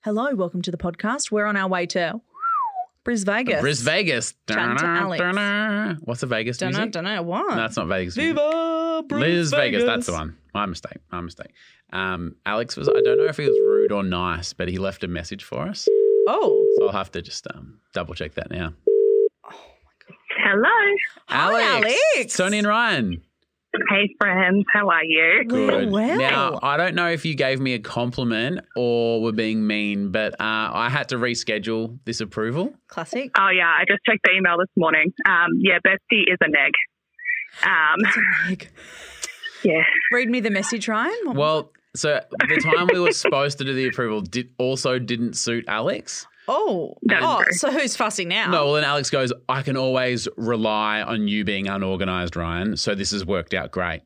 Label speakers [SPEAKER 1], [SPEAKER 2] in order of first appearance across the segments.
[SPEAKER 1] Hello, welcome to the podcast. We're on our way to Bris Vegas.
[SPEAKER 2] Bris Vegas.
[SPEAKER 1] Chatting to Alex.
[SPEAKER 2] Dun-dun-dun. What's a Vegas
[SPEAKER 1] Don't know,
[SPEAKER 2] music?
[SPEAKER 1] don't know what.
[SPEAKER 2] No, that's not Vegas. music.
[SPEAKER 1] Viva Bris
[SPEAKER 2] Liz Vegas. That's the one. My mistake. My mistake. Um, Alex was. I don't know if he was rude or nice, but he left a message for us.
[SPEAKER 1] Oh,
[SPEAKER 2] So I'll have to just um, double check that now.
[SPEAKER 3] Hello.
[SPEAKER 1] Hi, Alex.
[SPEAKER 2] Tony and Ryan.
[SPEAKER 3] Hey, friends. How are you?
[SPEAKER 1] Well, well.
[SPEAKER 2] Now I don't know if you gave me a compliment or were being mean, but uh, I had to reschedule this approval.
[SPEAKER 1] classic.
[SPEAKER 3] Oh, yeah. I just checked the email this morning. Um, yeah, Bestie is a neg. Um, yeah.
[SPEAKER 1] Read me the message, Ryan. What-
[SPEAKER 2] Well, so the time we were supposed to do the approval did also didn't suit Alex.
[SPEAKER 1] oh,
[SPEAKER 3] That's
[SPEAKER 1] oh,
[SPEAKER 3] true.
[SPEAKER 1] so who's fussing now?
[SPEAKER 2] No, well, then Alex goes, I can always rely on you being unorganized, Ryan. So this has worked out great.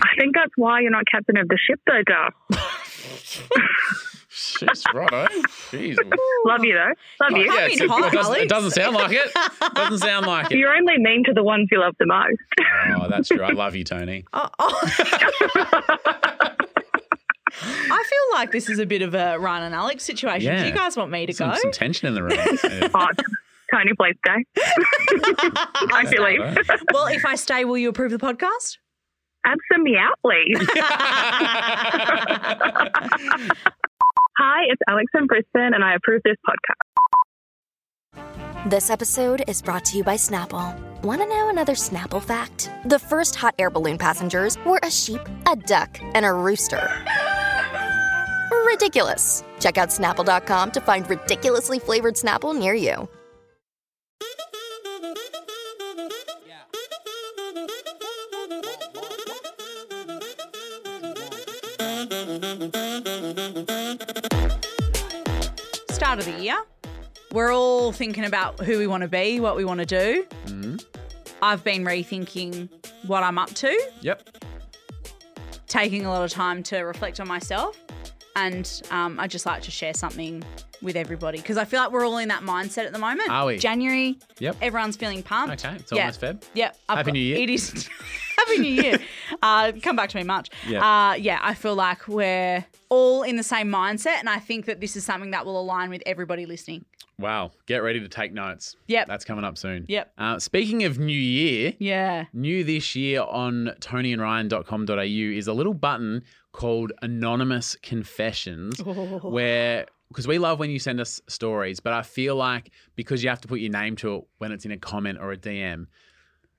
[SPEAKER 3] I think that's why you're not captain of the ship, though, Duff.
[SPEAKER 2] She's right, eh? Jeez.
[SPEAKER 3] Love you, though. Love
[SPEAKER 1] You
[SPEAKER 3] you.
[SPEAKER 1] can't be hot,
[SPEAKER 2] it, doesn't,
[SPEAKER 1] Alex.
[SPEAKER 2] it doesn't sound like it. Doesn't sound like it.
[SPEAKER 3] You're only mean to the ones you love the most.
[SPEAKER 2] Oh, that's true. I love you, Tony.
[SPEAKER 1] Oh, oh. I feel like this is a bit of a Ryan and Alex situation. Do
[SPEAKER 2] Yeah.
[SPEAKER 1] you guys want me to
[SPEAKER 2] Some,
[SPEAKER 1] go?
[SPEAKER 2] some tension in the room. Yeah.
[SPEAKER 3] Oh, Tony, please stay. I feel like
[SPEAKER 1] well, if I stay, will you approve the podcast?
[SPEAKER 3] absolutely. Hi, it's Alex in Brisbane, and I approve this podcast.
[SPEAKER 4] This episode is brought to you by Snapple. Want to know another Snapple fact? The first hot air balloon passengers were a sheep, a duck, and a rooster. Ridiculous. Check out snapple.com to find ridiculously flavored Snapple near you.
[SPEAKER 1] Start of the year. We're all thinking about who we want to be, what we want to do.
[SPEAKER 2] Mm-hmm.
[SPEAKER 1] I've been rethinking what I'm up to,
[SPEAKER 2] Yep.
[SPEAKER 1] taking a lot of time to reflect on myself. And um, I just like to share something with everybody because I feel like we're all in that mindset at the moment.
[SPEAKER 2] Are we?
[SPEAKER 1] January.
[SPEAKER 2] Yep.
[SPEAKER 1] Everyone's feeling pumped.
[SPEAKER 2] Okay. It's
[SPEAKER 1] Yeah.
[SPEAKER 2] almost Feb.
[SPEAKER 1] Yep. I've
[SPEAKER 2] Happy New Year.
[SPEAKER 1] It is. Happy New Year. Uh, come back to me March.
[SPEAKER 2] Yeah.
[SPEAKER 1] Uh, yeah, I feel like we're all in the same mindset, and I think that this is something that will align with everybody listening.
[SPEAKER 2] Wow. Get ready to take notes.
[SPEAKER 1] Yep.
[SPEAKER 2] That's coming up soon.
[SPEAKER 1] Yep.
[SPEAKER 2] Uh, speaking of New Year,
[SPEAKER 1] Yeah.
[SPEAKER 2] New this year on tonyandryan.com.au is a little button called Anonymous Confessions, where because we love when you send us stories, but I feel like because you have to put your name to it when it's in a comment or a DM,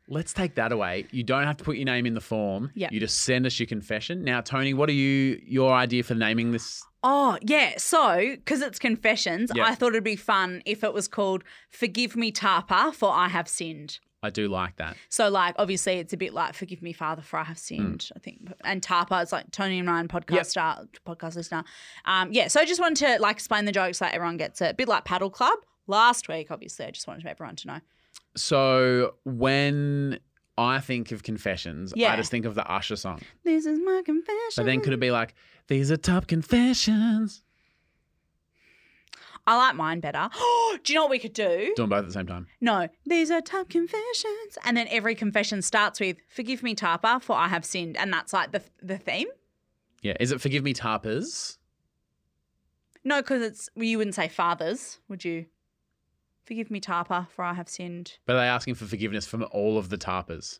[SPEAKER 2] let's take that away. You don't have to put your name in the form.
[SPEAKER 1] Yep.
[SPEAKER 2] You just send us your confession. Now, Tony, what are you your idea for naming this?
[SPEAKER 1] Oh, yeah. So, because it's confessions,
[SPEAKER 2] Yeah.
[SPEAKER 1] I thought it'd be fun if it was called Forgive Me Tarpa for I Have Sinned.
[SPEAKER 2] I do like that.
[SPEAKER 1] So, like, obviously, it's a bit like Forgive Me Father for I Have Sinned, I think. And Tarpa, it's like Tony and Ryan podcast
[SPEAKER 2] Mm. Yep.
[SPEAKER 1] star, podcast listener. Um, yeah. So, I just wanted to like explain the jokes like everyone gets it. A bit like Paddle Club last week, obviously. I just wanted everyone to know.
[SPEAKER 2] So when I think of confessions,
[SPEAKER 1] Yeah.
[SPEAKER 2] I just think of the Usher song.
[SPEAKER 1] This is my confession.
[SPEAKER 2] But then could it be like, these are top confessions?
[SPEAKER 1] I like mine better. do you know what we could do?
[SPEAKER 2] Doing both at the same time.
[SPEAKER 1] No, these are top confessions. And then every confession starts with, Forgive me, Tarpa, for I have sinned. And that's like the, the theme.
[SPEAKER 2] Yeah. Is it Forgive Me Tarpers?
[SPEAKER 1] No, because it's, well, you wouldn't say fathers, would you? Forgive me, Tarpa, for I have sinned.
[SPEAKER 2] But are they asking for forgiveness from all of the tarpers?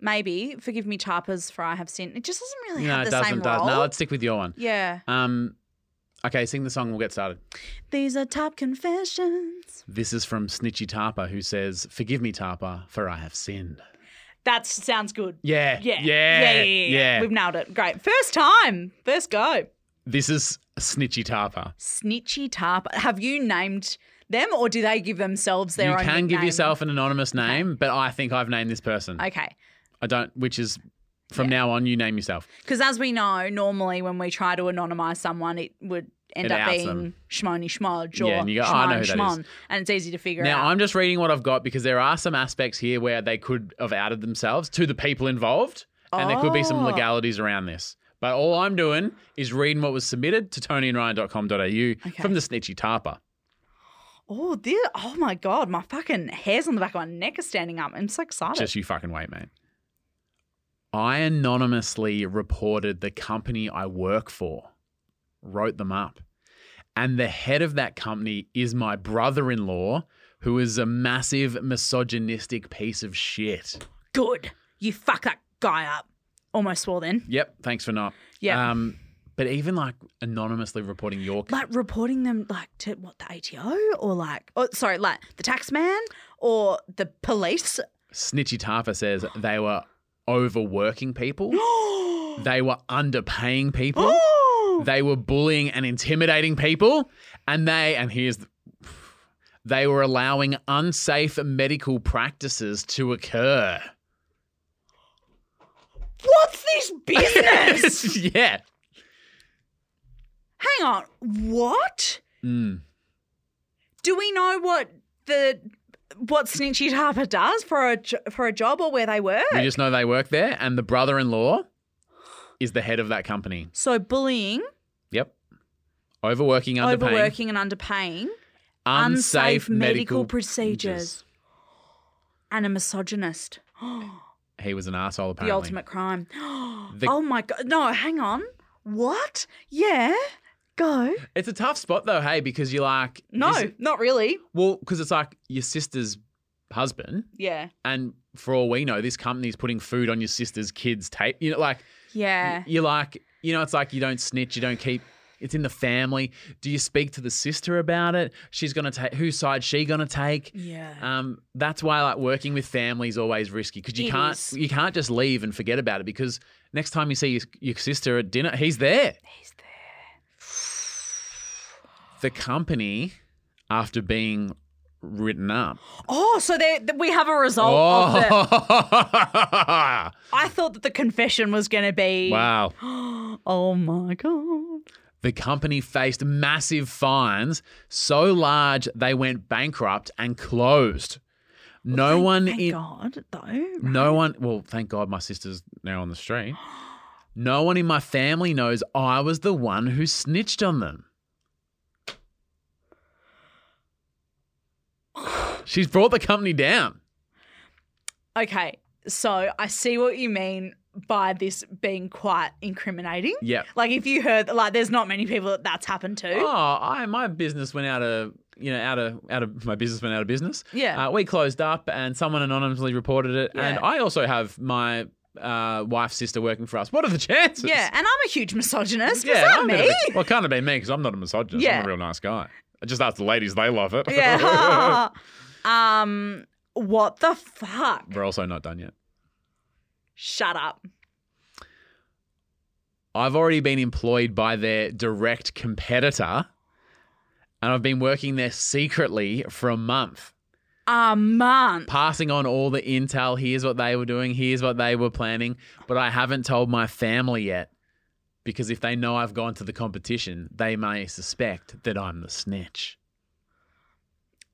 [SPEAKER 1] Maybe, Forgive me, Tarpas, for I have sinned. It just doesn't really
[SPEAKER 2] no,
[SPEAKER 1] have
[SPEAKER 2] it
[SPEAKER 1] the same
[SPEAKER 2] doesn't. Does.
[SPEAKER 1] role.
[SPEAKER 2] No, let's stick with your one.
[SPEAKER 1] yeah.
[SPEAKER 2] Um, okay, sing the song. We'll get started.
[SPEAKER 1] These are top confessions.
[SPEAKER 2] This is from Snitchy Tarper, who says, "Forgive me, Tarper, for I have sinned."
[SPEAKER 1] That sounds good.
[SPEAKER 2] Yeah,
[SPEAKER 1] Yeah.
[SPEAKER 2] yeah,
[SPEAKER 1] yeah, yeah, yeah. We've nailed it. Great. First time. First go.
[SPEAKER 2] This is Snitchy Tarper.
[SPEAKER 1] Snitchy Tarp. Have you named them or do they give themselves their
[SPEAKER 2] you
[SPEAKER 1] own
[SPEAKER 2] can give
[SPEAKER 1] nickname?
[SPEAKER 2] yourself an anonymous name, but I think I've named this person.
[SPEAKER 1] Okay.
[SPEAKER 2] I don't. Which is from now on, you name yourself.
[SPEAKER 1] Because as we know, normally when we try to anonymise someone, it would end
[SPEAKER 2] It
[SPEAKER 1] up
[SPEAKER 2] outs
[SPEAKER 1] being
[SPEAKER 2] them.
[SPEAKER 1] Shmoni Shmodge or
[SPEAKER 2] Yeah, and you go, "Oh, I
[SPEAKER 1] Shmon
[SPEAKER 2] know who that is."
[SPEAKER 1] Shmon. And it's easy to figure
[SPEAKER 2] Now,
[SPEAKER 1] out.
[SPEAKER 2] I'm just reading what I've got because there are some aspects here where they could have outed themselves to the people involved, and there could be some
[SPEAKER 1] Oh.
[SPEAKER 2] legalities around this. But all I'm doing is reading what was submitted to tonyandryan.com.au from the snitchy tarper.
[SPEAKER 1] oh, dear. oh my God, my fucking hairs on the back of my neck are standing up. I'm so excited.
[SPEAKER 2] Just you fucking wait, mate. I anonymously reported the company I work for, wrote them up, And the head of that company is my brother in law, who is a massive misogynistic piece of shit.
[SPEAKER 1] Good. You fuck that guy up. Almost swore then.
[SPEAKER 2] Yep. Thanks for not.
[SPEAKER 1] Yeah.
[SPEAKER 2] Um, but even like anonymously reporting your c-
[SPEAKER 1] Like reporting them like to what the ATO or like oh sorry, like the tax man or the police.
[SPEAKER 2] Snitchy Tarfa says they were overworking people,
[SPEAKER 1] oh.
[SPEAKER 2] they were underpaying people, they were bullying and intimidating people, and they and here's the, they were allowing unsafe medical practices to occur.
[SPEAKER 1] What's this business?
[SPEAKER 2] yeah.
[SPEAKER 1] Hang on. What?
[SPEAKER 2] Mm.
[SPEAKER 1] Do we know what the what Snitchy Harper does for a jo- for a job or where they work?
[SPEAKER 2] We just know they work there, and the brother-in-law is the head of that company.
[SPEAKER 1] so bullying,
[SPEAKER 2] Yep. Overworking, underpaying,
[SPEAKER 1] overworking, and underpaying,
[SPEAKER 2] unsafe medical
[SPEAKER 1] procedures, and a misogynist.
[SPEAKER 2] He was an asshole apparently.
[SPEAKER 1] the ultimate crime. oh my god! No, hang on. What? Yeah, go.
[SPEAKER 2] It's a tough spot though, hey, because you're like
[SPEAKER 1] No,
[SPEAKER 2] this-
[SPEAKER 1] not really.
[SPEAKER 2] well, because it's like your sister's husband,
[SPEAKER 1] Yeah,
[SPEAKER 2] and for all we know, this company's putting food on your sister's kids' tape. You know, like
[SPEAKER 1] yeah.
[SPEAKER 2] you're like you know, it's like you don't snitch, you don't keep. It's in the family. Do you speak to the sister about it? She's gonna take whose side? She gonna take?
[SPEAKER 1] Yeah.
[SPEAKER 2] Um, that's why like working with family is always risky because you
[SPEAKER 1] It
[SPEAKER 2] can't
[SPEAKER 1] is.
[SPEAKER 2] you can't just leave and forget about it because next time you see your, your sister at dinner, he's there.
[SPEAKER 1] He's there.
[SPEAKER 2] The company, after being written up,
[SPEAKER 1] Oh, so there th- we have a result of the.
[SPEAKER 2] oh,
[SPEAKER 1] I thought that the confession was going to be.
[SPEAKER 2] wow!
[SPEAKER 1] Oh my god.
[SPEAKER 2] The company faced massive fines so large they went bankrupt and closed. No one
[SPEAKER 1] Thank
[SPEAKER 2] in
[SPEAKER 1] God, though.
[SPEAKER 2] No one, well, thank God my sister's now on the street. No one in my family knows I was the one who snitched on them. She's brought the company down.
[SPEAKER 1] Okay, so I see what you mean by this being quite incriminating.
[SPEAKER 2] Yep.
[SPEAKER 1] Like if you heard, like, there's not many people that that's happened to.
[SPEAKER 2] Oh, I my business went out of you know out of out of my business went out of business.
[SPEAKER 1] Yeah.
[SPEAKER 2] Uh, we closed up, and someone anonymously reported it. And
[SPEAKER 1] Yeah.
[SPEAKER 2] I also have my uh, wife's sister working for us. What are the chances?
[SPEAKER 1] yeah, and I'm a huge misogynist.
[SPEAKER 2] Yeah,
[SPEAKER 1] was that
[SPEAKER 2] I'm
[SPEAKER 1] me?
[SPEAKER 2] a bit of a- well, it can't have been me because I'm not a misogynist.
[SPEAKER 1] Yeah.
[SPEAKER 2] I'm a real nice guy. I just ask the ladies; they love it.
[SPEAKER 1] yeah. um, what the fuck?
[SPEAKER 2] We're also not done yet.
[SPEAKER 1] Shut up.
[SPEAKER 2] I've already been employed by their direct competitor, and I've been working there secretly for a month,
[SPEAKER 1] A month.
[SPEAKER 2] passing on all the intel. Here's what they were doing. Here's what they were planning. But I haven't told my family yet because if they know I've gone to the competition, they may suspect that I'm the snitch.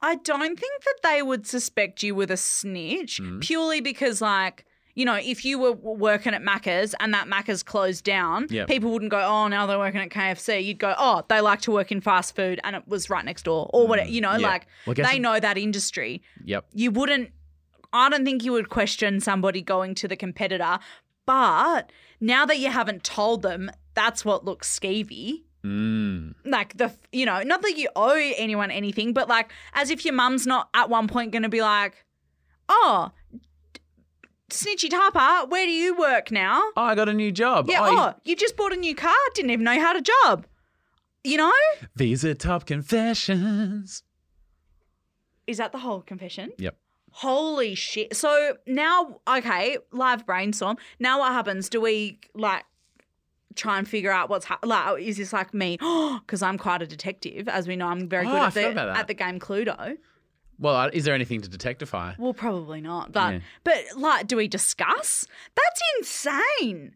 [SPEAKER 1] I don't think that they would suspect you with a snitch
[SPEAKER 2] Mhm.
[SPEAKER 1] purely because, like, you know, if you were w- working at Macca's and that Macca's closed down,
[SPEAKER 2] Yeah.
[SPEAKER 1] people wouldn't go, oh, now they're working at KFC. You'd go, oh, they like to work in fast food and it was right next door or whatever, you know,
[SPEAKER 2] Mm-hmm. Yeah.
[SPEAKER 1] like
[SPEAKER 2] Well, I guess
[SPEAKER 1] they
[SPEAKER 2] it-
[SPEAKER 1] know that industry.
[SPEAKER 2] Yep.
[SPEAKER 1] You wouldn't, I don't think you would question somebody going to the competitor. But now that you haven't told them, that's what looks skeevy
[SPEAKER 2] Mm.
[SPEAKER 1] like the you know not that you owe anyone anything but like as if your mum's not at one point going to be like oh d- snitchy tarpa where do you work now
[SPEAKER 2] Oh, I got a new job.
[SPEAKER 1] yeah
[SPEAKER 2] Oh, you-
[SPEAKER 1] oh you just bought a new car didn't even know you had a job you know
[SPEAKER 2] These are top confessions.
[SPEAKER 1] is that the whole confession
[SPEAKER 2] Yep.
[SPEAKER 1] holy shit so now okay live brainstorm now what happens do we like try and figure out what's ha- like is this like me because i'm quite a detective as we know i'm very
[SPEAKER 2] Oh,
[SPEAKER 1] good
[SPEAKER 2] I
[SPEAKER 1] at the,
[SPEAKER 2] forgot about that.
[SPEAKER 1] at the game cluedo
[SPEAKER 2] Well, uh, is there anything to detectify?
[SPEAKER 1] Well, probably not. But
[SPEAKER 2] Yeah.
[SPEAKER 1] but like, do we discuss? That's insane.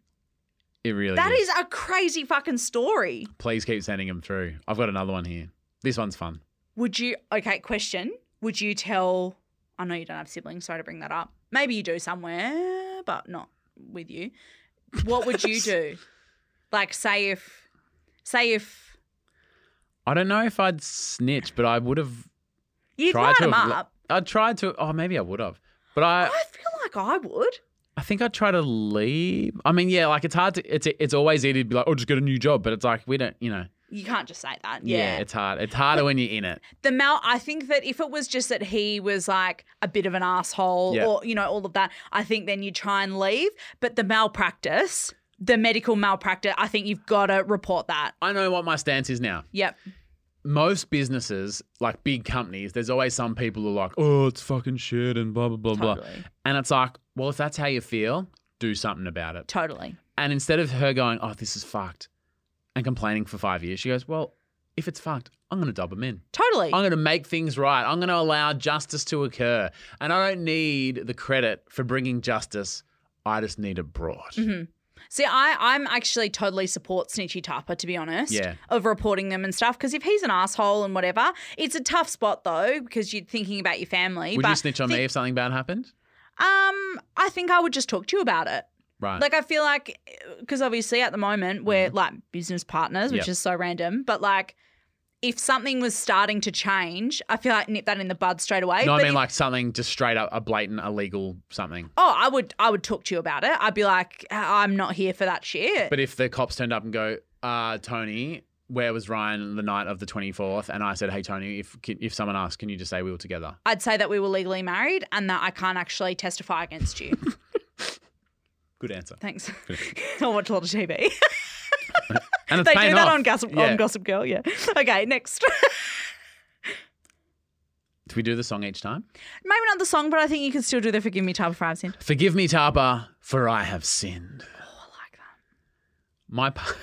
[SPEAKER 2] It really
[SPEAKER 1] That
[SPEAKER 2] is.
[SPEAKER 1] is a crazy fucking story.
[SPEAKER 2] Please keep sending them through. I've got another one here. This one's fun.
[SPEAKER 1] Would you? Okay, question. Would you tell? I know you don't have siblings. Sorry to bring that up. Maybe you do somewhere, but not with you. What would you do? like, say if, say if
[SPEAKER 2] I don't know if I'd snitch, but I would have
[SPEAKER 1] you'd
[SPEAKER 2] tried
[SPEAKER 1] line
[SPEAKER 2] to.
[SPEAKER 1] them
[SPEAKER 2] have-
[SPEAKER 1] up.
[SPEAKER 2] I'd try to. Oh, maybe I would have. But I,
[SPEAKER 1] I feel like I would.
[SPEAKER 2] I think I'd try to leave. I mean, yeah, like it's hard to. It's it's always easy to be like, oh, just get a new job. But it's like we don't, you know.
[SPEAKER 1] You can't just say that.
[SPEAKER 2] Yeah.
[SPEAKER 1] Yeah.
[SPEAKER 2] it's hard. It's harder when you're in it.
[SPEAKER 1] the Mal, I think that if it was just that he was like a bit of an asshole
[SPEAKER 2] Yeah.
[SPEAKER 1] or, you know, all of that, I think then you try and leave. But the malpractice, the medical malpractice, I think you've got to report that.
[SPEAKER 2] I know what my stance is now.
[SPEAKER 1] Yep.
[SPEAKER 2] Most businesses, like big companies, there's always some people who are like, oh, it's fucking shit and blah, blah, blah, blah.
[SPEAKER 1] Totally.
[SPEAKER 2] And it's like, well, if that's how you feel, do something about it.
[SPEAKER 1] Totally.
[SPEAKER 2] And instead of her going, oh, this is fucked and complaining for five years, she goes, well, if it's fucked, I'm going to dob them in.
[SPEAKER 1] Totally.
[SPEAKER 2] I'm going to make things right. I'm going to allow justice to occur. And I don't need the credit for bringing justice. I just need it brought.
[SPEAKER 1] Mm-hmm. See, I, I'm actually totally support Snitchy Tapa, to be honest,
[SPEAKER 2] Yeah.
[SPEAKER 1] of reporting them and stuff. Because if he's an asshole and whatever, it's a tough spot though, because you're thinking about your family.
[SPEAKER 2] Would
[SPEAKER 1] but
[SPEAKER 2] you snitch on me if something bad happened?
[SPEAKER 1] Um, I think I would just talk to you about it.
[SPEAKER 2] Right. Mm-hmm.
[SPEAKER 1] Like I feel like because obviously at the moment we're like business partners, which
[SPEAKER 2] Yep.
[SPEAKER 1] is so random. But like, if something was starting to change, I feel like nip that in the bud straight away.
[SPEAKER 2] no, I
[SPEAKER 1] But
[SPEAKER 2] mean
[SPEAKER 1] if-
[SPEAKER 2] like something just straight up a blatant illegal something.
[SPEAKER 1] oh, I would I would talk to you about it. I'd be like, I'm not here for that shit.
[SPEAKER 2] But if the cops turned up and go, uh, Tony, where was Ryan the night of the 24th? And I said, hey, Tony, if if someone asks, can you just say we were together?
[SPEAKER 1] I'd say that we were legally married and that I can't actually testify against you.
[SPEAKER 2] Good answer.
[SPEAKER 1] Thanks. I watch a lot of TV.
[SPEAKER 2] And it's
[SPEAKER 1] they
[SPEAKER 2] paying
[SPEAKER 1] do that
[SPEAKER 2] off.
[SPEAKER 1] on gossip,
[SPEAKER 2] Yeah.
[SPEAKER 1] on gossip Girl, yeah. Okay, next.
[SPEAKER 2] Do we do the song each time?
[SPEAKER 1] Maybe not the song, but I think you can still do the Forgive Me Type of Five Sin.
[SPEAKER 2] Forgive me, Tarpa, for I have sinned.
[SPEAKER 1] Oh, I like that.
[SPEAKER 2] My par-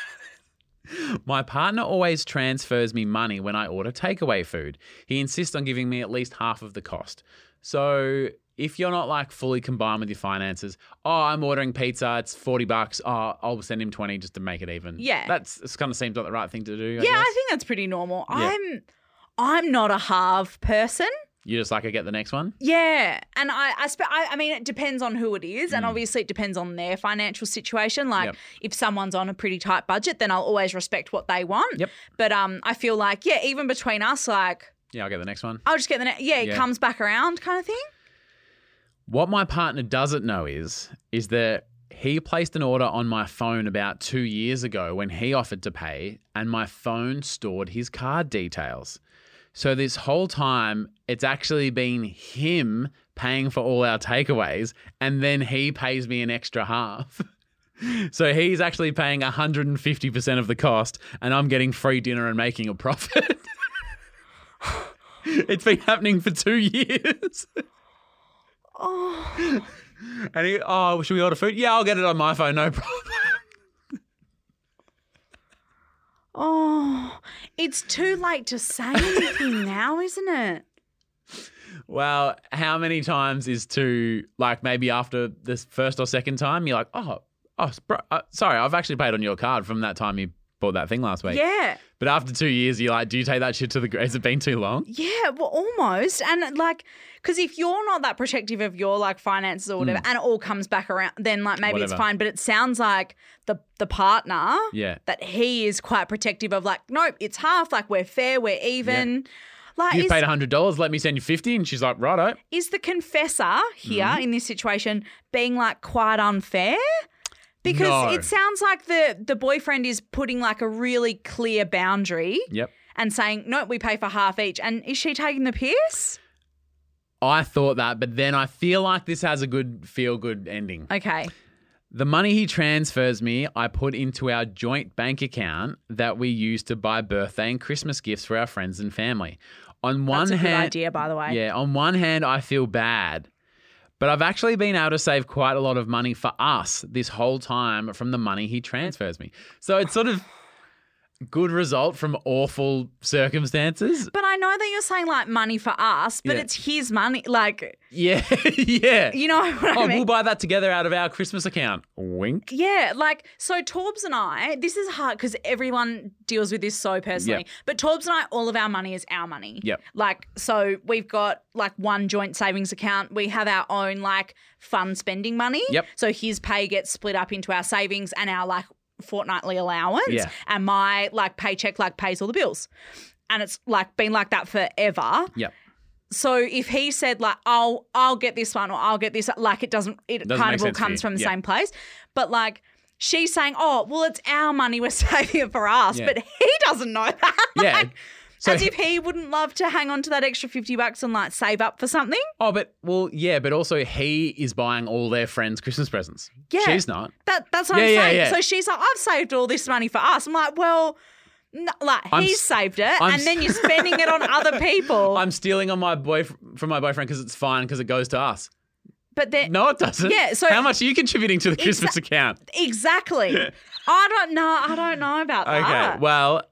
[SPEAKER 2] my partner always transfers me money when I order takeaway food. He insists on giving me at least half of the cost. So if you're not like fully combined with your finances, oh, I'm ordering pizza, it's 40 bucks. Oh, I'll send him 20 just to make it even.
[SPEAKER 1] Yeah.
[SPEAKER 2] That's it's kind of seems like the right thing to do. I
[SPEAKER 1] yeah, I
[SPEAKER 2] guess.
[SPEAKER 1] think that's pretty normal.
[SPEAKER 2] Yeah.
[SPEAKER 1] I'm I'm not a half person.
[SPEAKER 2] You just like I get the next one?
[SPEAKER 1] Yeah, and I I, spe- I I mean it depends on who it is, and obviously it depends on their financial situation. Like
[SPEAKER 2] Mm. Yep.
[SPEAKER 1] if someone's on a pretty tight budget, then I'll always respect what they want.
[SPEAKER 2] Yep.
[SPEAKER 1] But um, I feel like yeah, even between us, like
[SPEAKER 2] Yeah, I'll get the next one.
[SPEAKER 1] I'll just get the ne- yeah, it
[SPEAKER 2] Yeah.
[SPEAKER 1] comes back around kind of thing.
[SPEAKER 2] What my partner doesn't know is is that he placed an order on my phone about 2 years ago when he offered to pay and my phone stored his card details. So this whole time it's actually been him paying for all our takeaways and then he pays me an extra half. So he's actually paying 150% of the cost and I'm getting free dinner and making a profit. it's been happening for 2 years.
[SPEAKER 1] Oh,
[SPEAKER 2] And he, oh, should we order food? Yeah, I'll get it on my phone, no problem.
[SPEAKER 1] oh, it's too late to say anything now, isn't it?
[SPEAKER 2] well, how many times is too, like maybe after this first or second time, you're like, oh, oh, bro, uh, sorry, I've actually paid on your card from that time you bought that thing last week.
[SPEAKER 1] Yeah.
[SPEAKER 2] But after two years, you're like, do you take that shit to the grave? Has it been too long?
[SPEAKER 1] Yeah, well, almost. And like, because if you're not that protective of your like finances or whatever, and it all comes back around, then like maybe it's
[SPEAKER 2] Mm. Whatever.
[SPEAKER 1] fine. But it sounds like the the partner
[SPEAKER 2] Yeah.
[SPEAKER 1] that he is quite protective of. Like, nope, it's half. Like we're fair, we're even. Like,
[SPEAKER 2] You've
[SPEAKER 1] is,
[SPEAKER 2] paid $100, let me send you 50 And she's like, righto.
[SPEAKER 1] is the confessor here
[SPEAKER 2] Mm-hmm.
[SPEAKER 1] in this situation being like quite unfair? Because
[SPEAKER 2] No.
[SPEAKER 1] it sounds like the the boyfriend is putting like a really clear boundary
[SPEAKER 2] Yep.
[SPEAKER 1] and saying, nope, we pay for half each. And is she taking the piss?
[SPEAKER 2] I thought that, but then I feel like this has a good feel good ending.
[SPEAKER 1] Okay.
[SPEAKER 2] The money he transfers me, I put into our joint bank account that we use to buy birthday and Christmas gifts for our friends and family. On one
[SPEAKER 1] That's a
[SPEAKER 2] hand,
[SPEAKER 1] good idea, by the way.
[SPEAKER 2] yeah, on one hand, I feel bad, but I've actually been able to save quite a lot of money for us this whole time from the money he transfers me. So it's sort of good result from awful circumstances.
[SPEAKER 1] But I know that you're saying like money for us, but
[SPEAKER 2] Yeah.
[SPEAKER 1] it's his money. Like,
[SPEAKER 2] Yeah, yeah.
[SPEAKER 1] you know what
[SPEAKER 2] Oh,
[SPEAKER 1] I mean?
[SPEAKER 2] we'll buy that together out of our Christmas account. Wink.
[SPEAKER 1] yeah, like so Torbs and I, this is hard because everyone deals with this so personally.
[SPEAKER 2] Yep.
[SPEAKER 1] But Torbs and I, all of our money is our money.
[SPEAKER 2] Yep.
[SPEAKER 1] Like, so we've got like one joint savings account. We have our own like fun spending money.
[SPEAKER 2] Yep.
[SPEAKER 1] So his pay gets split up into our savings and our like fortnightly allowance.
[SPEAKER 2] Yeah.
[SPEAKER 1] And my like paycheck like pays all the bills. And it's like been like that forever.
[SPEAKER 2] Yep.
[SPEAKER 1] So if he said like I'll I'll get this one or I'll get this like it doesn't it
[SPEAKER 2] Doesn't
[SPEAKER 1] kind
[SPEAKER 2] make
[SPEAKER 1] of all
[SPEAKER 2] sense for
[SPEAKER 1] comes
[SPEAKER 2] you.
[SPEAKER 1] from the
[SPEAKER 2] Yeah.
[SPEAKER 1] same place, but like she's saying, "Oh, well, it's our money we're saving it for us,"
[SPEAKER 2] Yeah.
[SPEAKER 1] but he doesn't know that.
[SPEAKER 2] Yeah.
[SPEAKER 1] Like,
[SPEAKER 2] So-
[SPEAKER 1] as if he wouldn't love to hang on to that extra fifty bucks and like save up for something.
[SPEAKER 2] Oh, but well, yeah, but also he is buying all their friends Christmas presents.
[SPEAKER 1] Yeah.
[SPEAKER 2] She's not.
[SPEAKER 1] That that's what I'm
[SPEAKER 2] Yeah, yeah,
[SPEAKER 1] saying.
[SPEAKER 2] yeah.
[SPEAKER 1] So she's like, "I've saved all this money for us." I'm like, "Well." No, like
[SPEAKER 2] I'm
[SPEAKER 1] he's
[SPEAKER 2] s-
[SPEAKER 1] saved it,
[SPEAKER 2] I'm
[SPEAKER 1] and then
[SPEAKER 2] s-
[SPEAKER 1] you're spending it on other people.
[SPEAKER 2] I'm stealing on my boy from my boyfriend because it's fine because it goes to us.
[SPEAKER 1] but then
[SPEAKER 2] No, it doesn't.
[SPEAKER 1] Yeah, so-
[SPEAKER 2] how much are you contributing to the Christmas account?
[SPEAKER 1] exactly, I don't know. I don't know about
[SPEAKER 2] Okay.
[SPEAKER 1] that.
[SPEAKER 2] Well,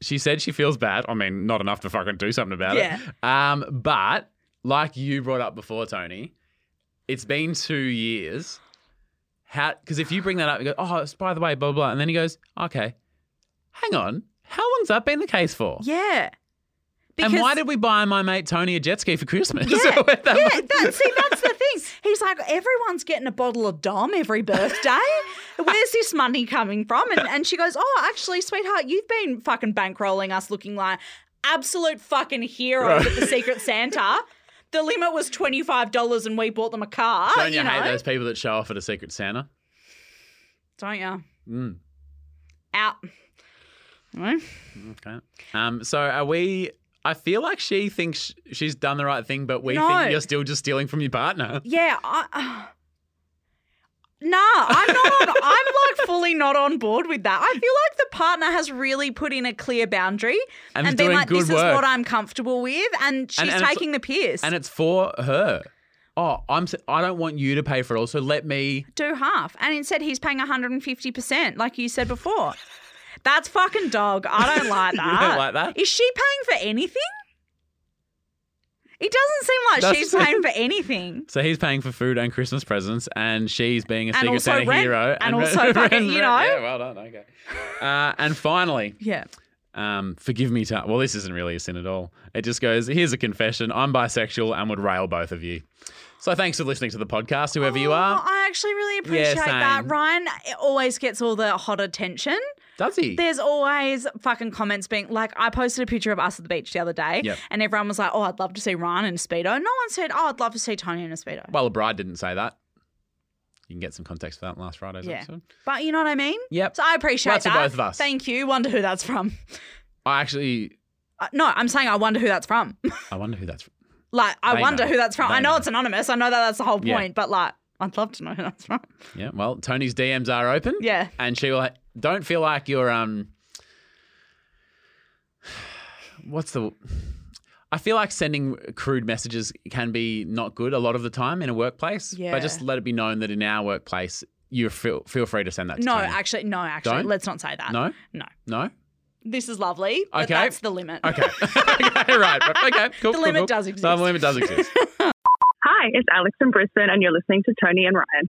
[SPEAKER 2] she said she feels bad. I mean, not enough to fucking do something about
[SPEAKER 1] Yeah.
[SPEAKER 2] it. Um, but like you brought up before, Tony, it's been two years. How? Because if you bring that up, you go, "Oh, it's by the way, blah blah,", blah and then he goes, "Okay, hang on, how long's that been the case for?"
[SPEAKER 1] Yeah.
[SPEAKER 2] and why did we buy my mate Tony a jet ski for Christmas?
[SPEAKER 1] yeah,
[SPEAKER 2] So that
[SPEAKER 1] yeah,
[SPEAKER 2] was-
[SPEAKER 1] that, see, that's the thing. He's like, everyone's getting a bottle of Dom every birthday. Where's this money coming from? And, and she goes, oh, actually, sweetheart, you've been fucking bankrolling us looking like absolute fucking heroes at the Secret Santa. The limit was $25 and we bought them a car.
[SPEAKER 2] Don't you,
[SPEAKER 1] oh, you know?
[SPEAKER 2] hate those people that show off at a Secret Santa?
[SPEAKER 1] Don't you?
[SPEAKER 2] Mm,
[SPEAKER 1] Out. No?
[SPEAKER 2] okay. Um, so are we? I feel like she thinks sh- she's done the right thing, but we
[SPEAKER 1] No.
[SPEAKER 2] think you're still just stealing from your partner.
[SPEAKER 1] Yeah, I. Nah, I'm not on. I'm like fully not on board with that. I feel like the partner has really put in a clear boundary and,
[SPEAKER 2] And is
[SPEAKER 1] been
[SPEAKER 2] doing
[SPEAKER 1] like,
[SPEAKER 2] good
[SPEAKER 1] "This is
[SPEAKER 2] work."
[SPEAKER 1] what I'm comfortable with," and she's
[SPEAKER 2] and it's-
[SPEAKER 1] taking the piss.
[SPEAKER 2] And it's for her. Oh, I'm. s- I don't want you to pay for it. all, so let me.
[SPEAKER 1] Do half, and instead he's paying 150, percent like you said before. That's fucking dog. I don't like
[SPEAKER 2] You
[SPEAKER 1] that.
[SPEAKER 2] don't like that?
[SPEAKER 1] Is she paying for anything? It doesn't seem like
[SPEAKER 2] That's-
[SPEAKER 1] she's paying for anything.
[SPEAKER 2] So he's paying for food and Christmas presents, and she's being a
[SPEAKER 1] And
[SPEAKER 2] Secret
[SPEAKER 1] also
[SPEAKER 2] Santa
[SPEAKER 1] rent,
[SPEAKER 2] hero.
[SPEAKER 1] and also fucking, you know.
[SPEAKER 2] Yeah, well done. Okay. Uh, and finally,
[SPEAKER 1] Yeah.
[SPEAKER 2] um, forgive me, Tony. Well, this isn't really a sin at all. It just goes, here's a confession. I'm bisexual and would rail both of you. So thanks for listening to the podcast, whoever you
[SPEAKER 1] Oh,
[SPEAKER 2] are.
[SPEAKER 1] I actually really appreciate that.
[SPEAKER 2] same.
[SPEAKER 1] Ryan always gets all the hot attention.
[SPEAKER 2] Does he?
[SPEAKER 1] There's always fucking comments being like, I posted a picture of us at the beach the other day,
[SPEAKER 2] Yep.
[SPEAKER 1] and everyone was like, "Oh, I'd love to see Ryan in a speedo." No one said, "Oh, I'd love to see Tony in a speedo."
[SPEAKER 2] Well, a bride didn't say that. You can get some context for that in last Friday's
[SPEAKER 1] Yeah.
[SPEAKER 2] episode.
[SPEAKER 1] But you know what I mean?
[SPEAKER 2] Yep.
[SPEAKER 1] So I appreciate
[SPEAKER 2] That's for
[SPEAKER 1] that.
[SPEAKER 2] both of us.
[SPEAKER 1] Thank you. Wonder who that's from?
[SPEAKER 2] I actually,
[SPEAKER 1] Uh, no, I'm saying I wonder who that's from.
[SPEAKER 2] I wonder who that's from.
[SPEAKER 1] like, I
[SPEAKER 2] They
[SPEAKER 1] wonder
[SPEAKER 2] know.
[SPEAKER 1] who that's from.
[SPEAKER 2] They
[SPEAKER 1] I know,
[SPEAKER 2] know.
[SPEAKER 1] it's anonymous. I know that that's the whole point,
[SPEAKER 2] Yeah.
[SPEAKER 1] but like, I'd love to know who that's from.
[SPEAKER 2] Yeah. Well, Tony's DMs are open.
[SPEAKER 1] Yeah.
[SPEAKER 2] And she will, ha- don't feel like you're, um, what's the, I feel like sending crude messages can be not good a lot of the time in a workplace.
[SPEAKER 1] Yeah.
[SPEAKER 2] But just let it be known that in our workplace, you feel, feel free to send that to
[SPEAKER 1] No,
[SPEAKER 2] Tony.
[SPEAKER 1] actually, no, actually,
[SPEAKER 2] Don't?
[SPEAKER 1] let's not say that.
[SPEAKER 2] No?
[SPEAKER 1] no.
[SPEAKER 2] No?
[SPEAKER 1] This is lovely, but
[SPEAKER 2] Okay.
[SPEAKER 1] that's the limit.
[SPEAKER 2] Okay. okay, right. Okay, cool.
[SPEAKER 1] The
[SPEAKER 2] cool,
[SPEAKER 1] limit
[SPEAKER 2] cool.
[SPEAKER 1] does
[SPEAKER 2] The
[SPEAKER 1] exist.
[SPEAKER 2] limit does exist.
[SPEAKER 3] Hi, it's Alex in Brisbane, and you're listening to Tony and Ryan.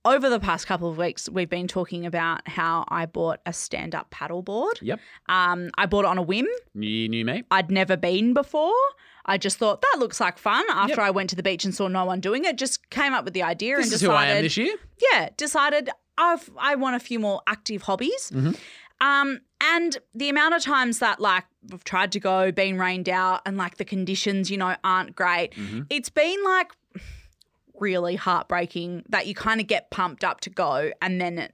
[SPEAKER 1] over the past couple of weeks, we've been talking about how I bought a stand up paddle board.
[SPEAKER 2] Yep.
[SPEAKER 1] Um, I bought it on a whim.
[SPEAKER 2] You knew me.
[SPEAKER 1] I'd never been before. I just thought that looks like fun. After I went to the beach and saw no one doing it, just came up with the idea
[SPEAKER 2] This
[SPEAKER 1] and
[SPEAKER 2] is
[SPEAKER 1] decided
[SPEAKER 2] who I am this year.
[SPEAKER 1] yeah, decided I've I want a few more active hobbies. Um, and the amount of times that like I've tried to go, been rained out, and like the conditions, you know, aren't great. It's been like really heartbreaking that you kind of get pumped up to go and then it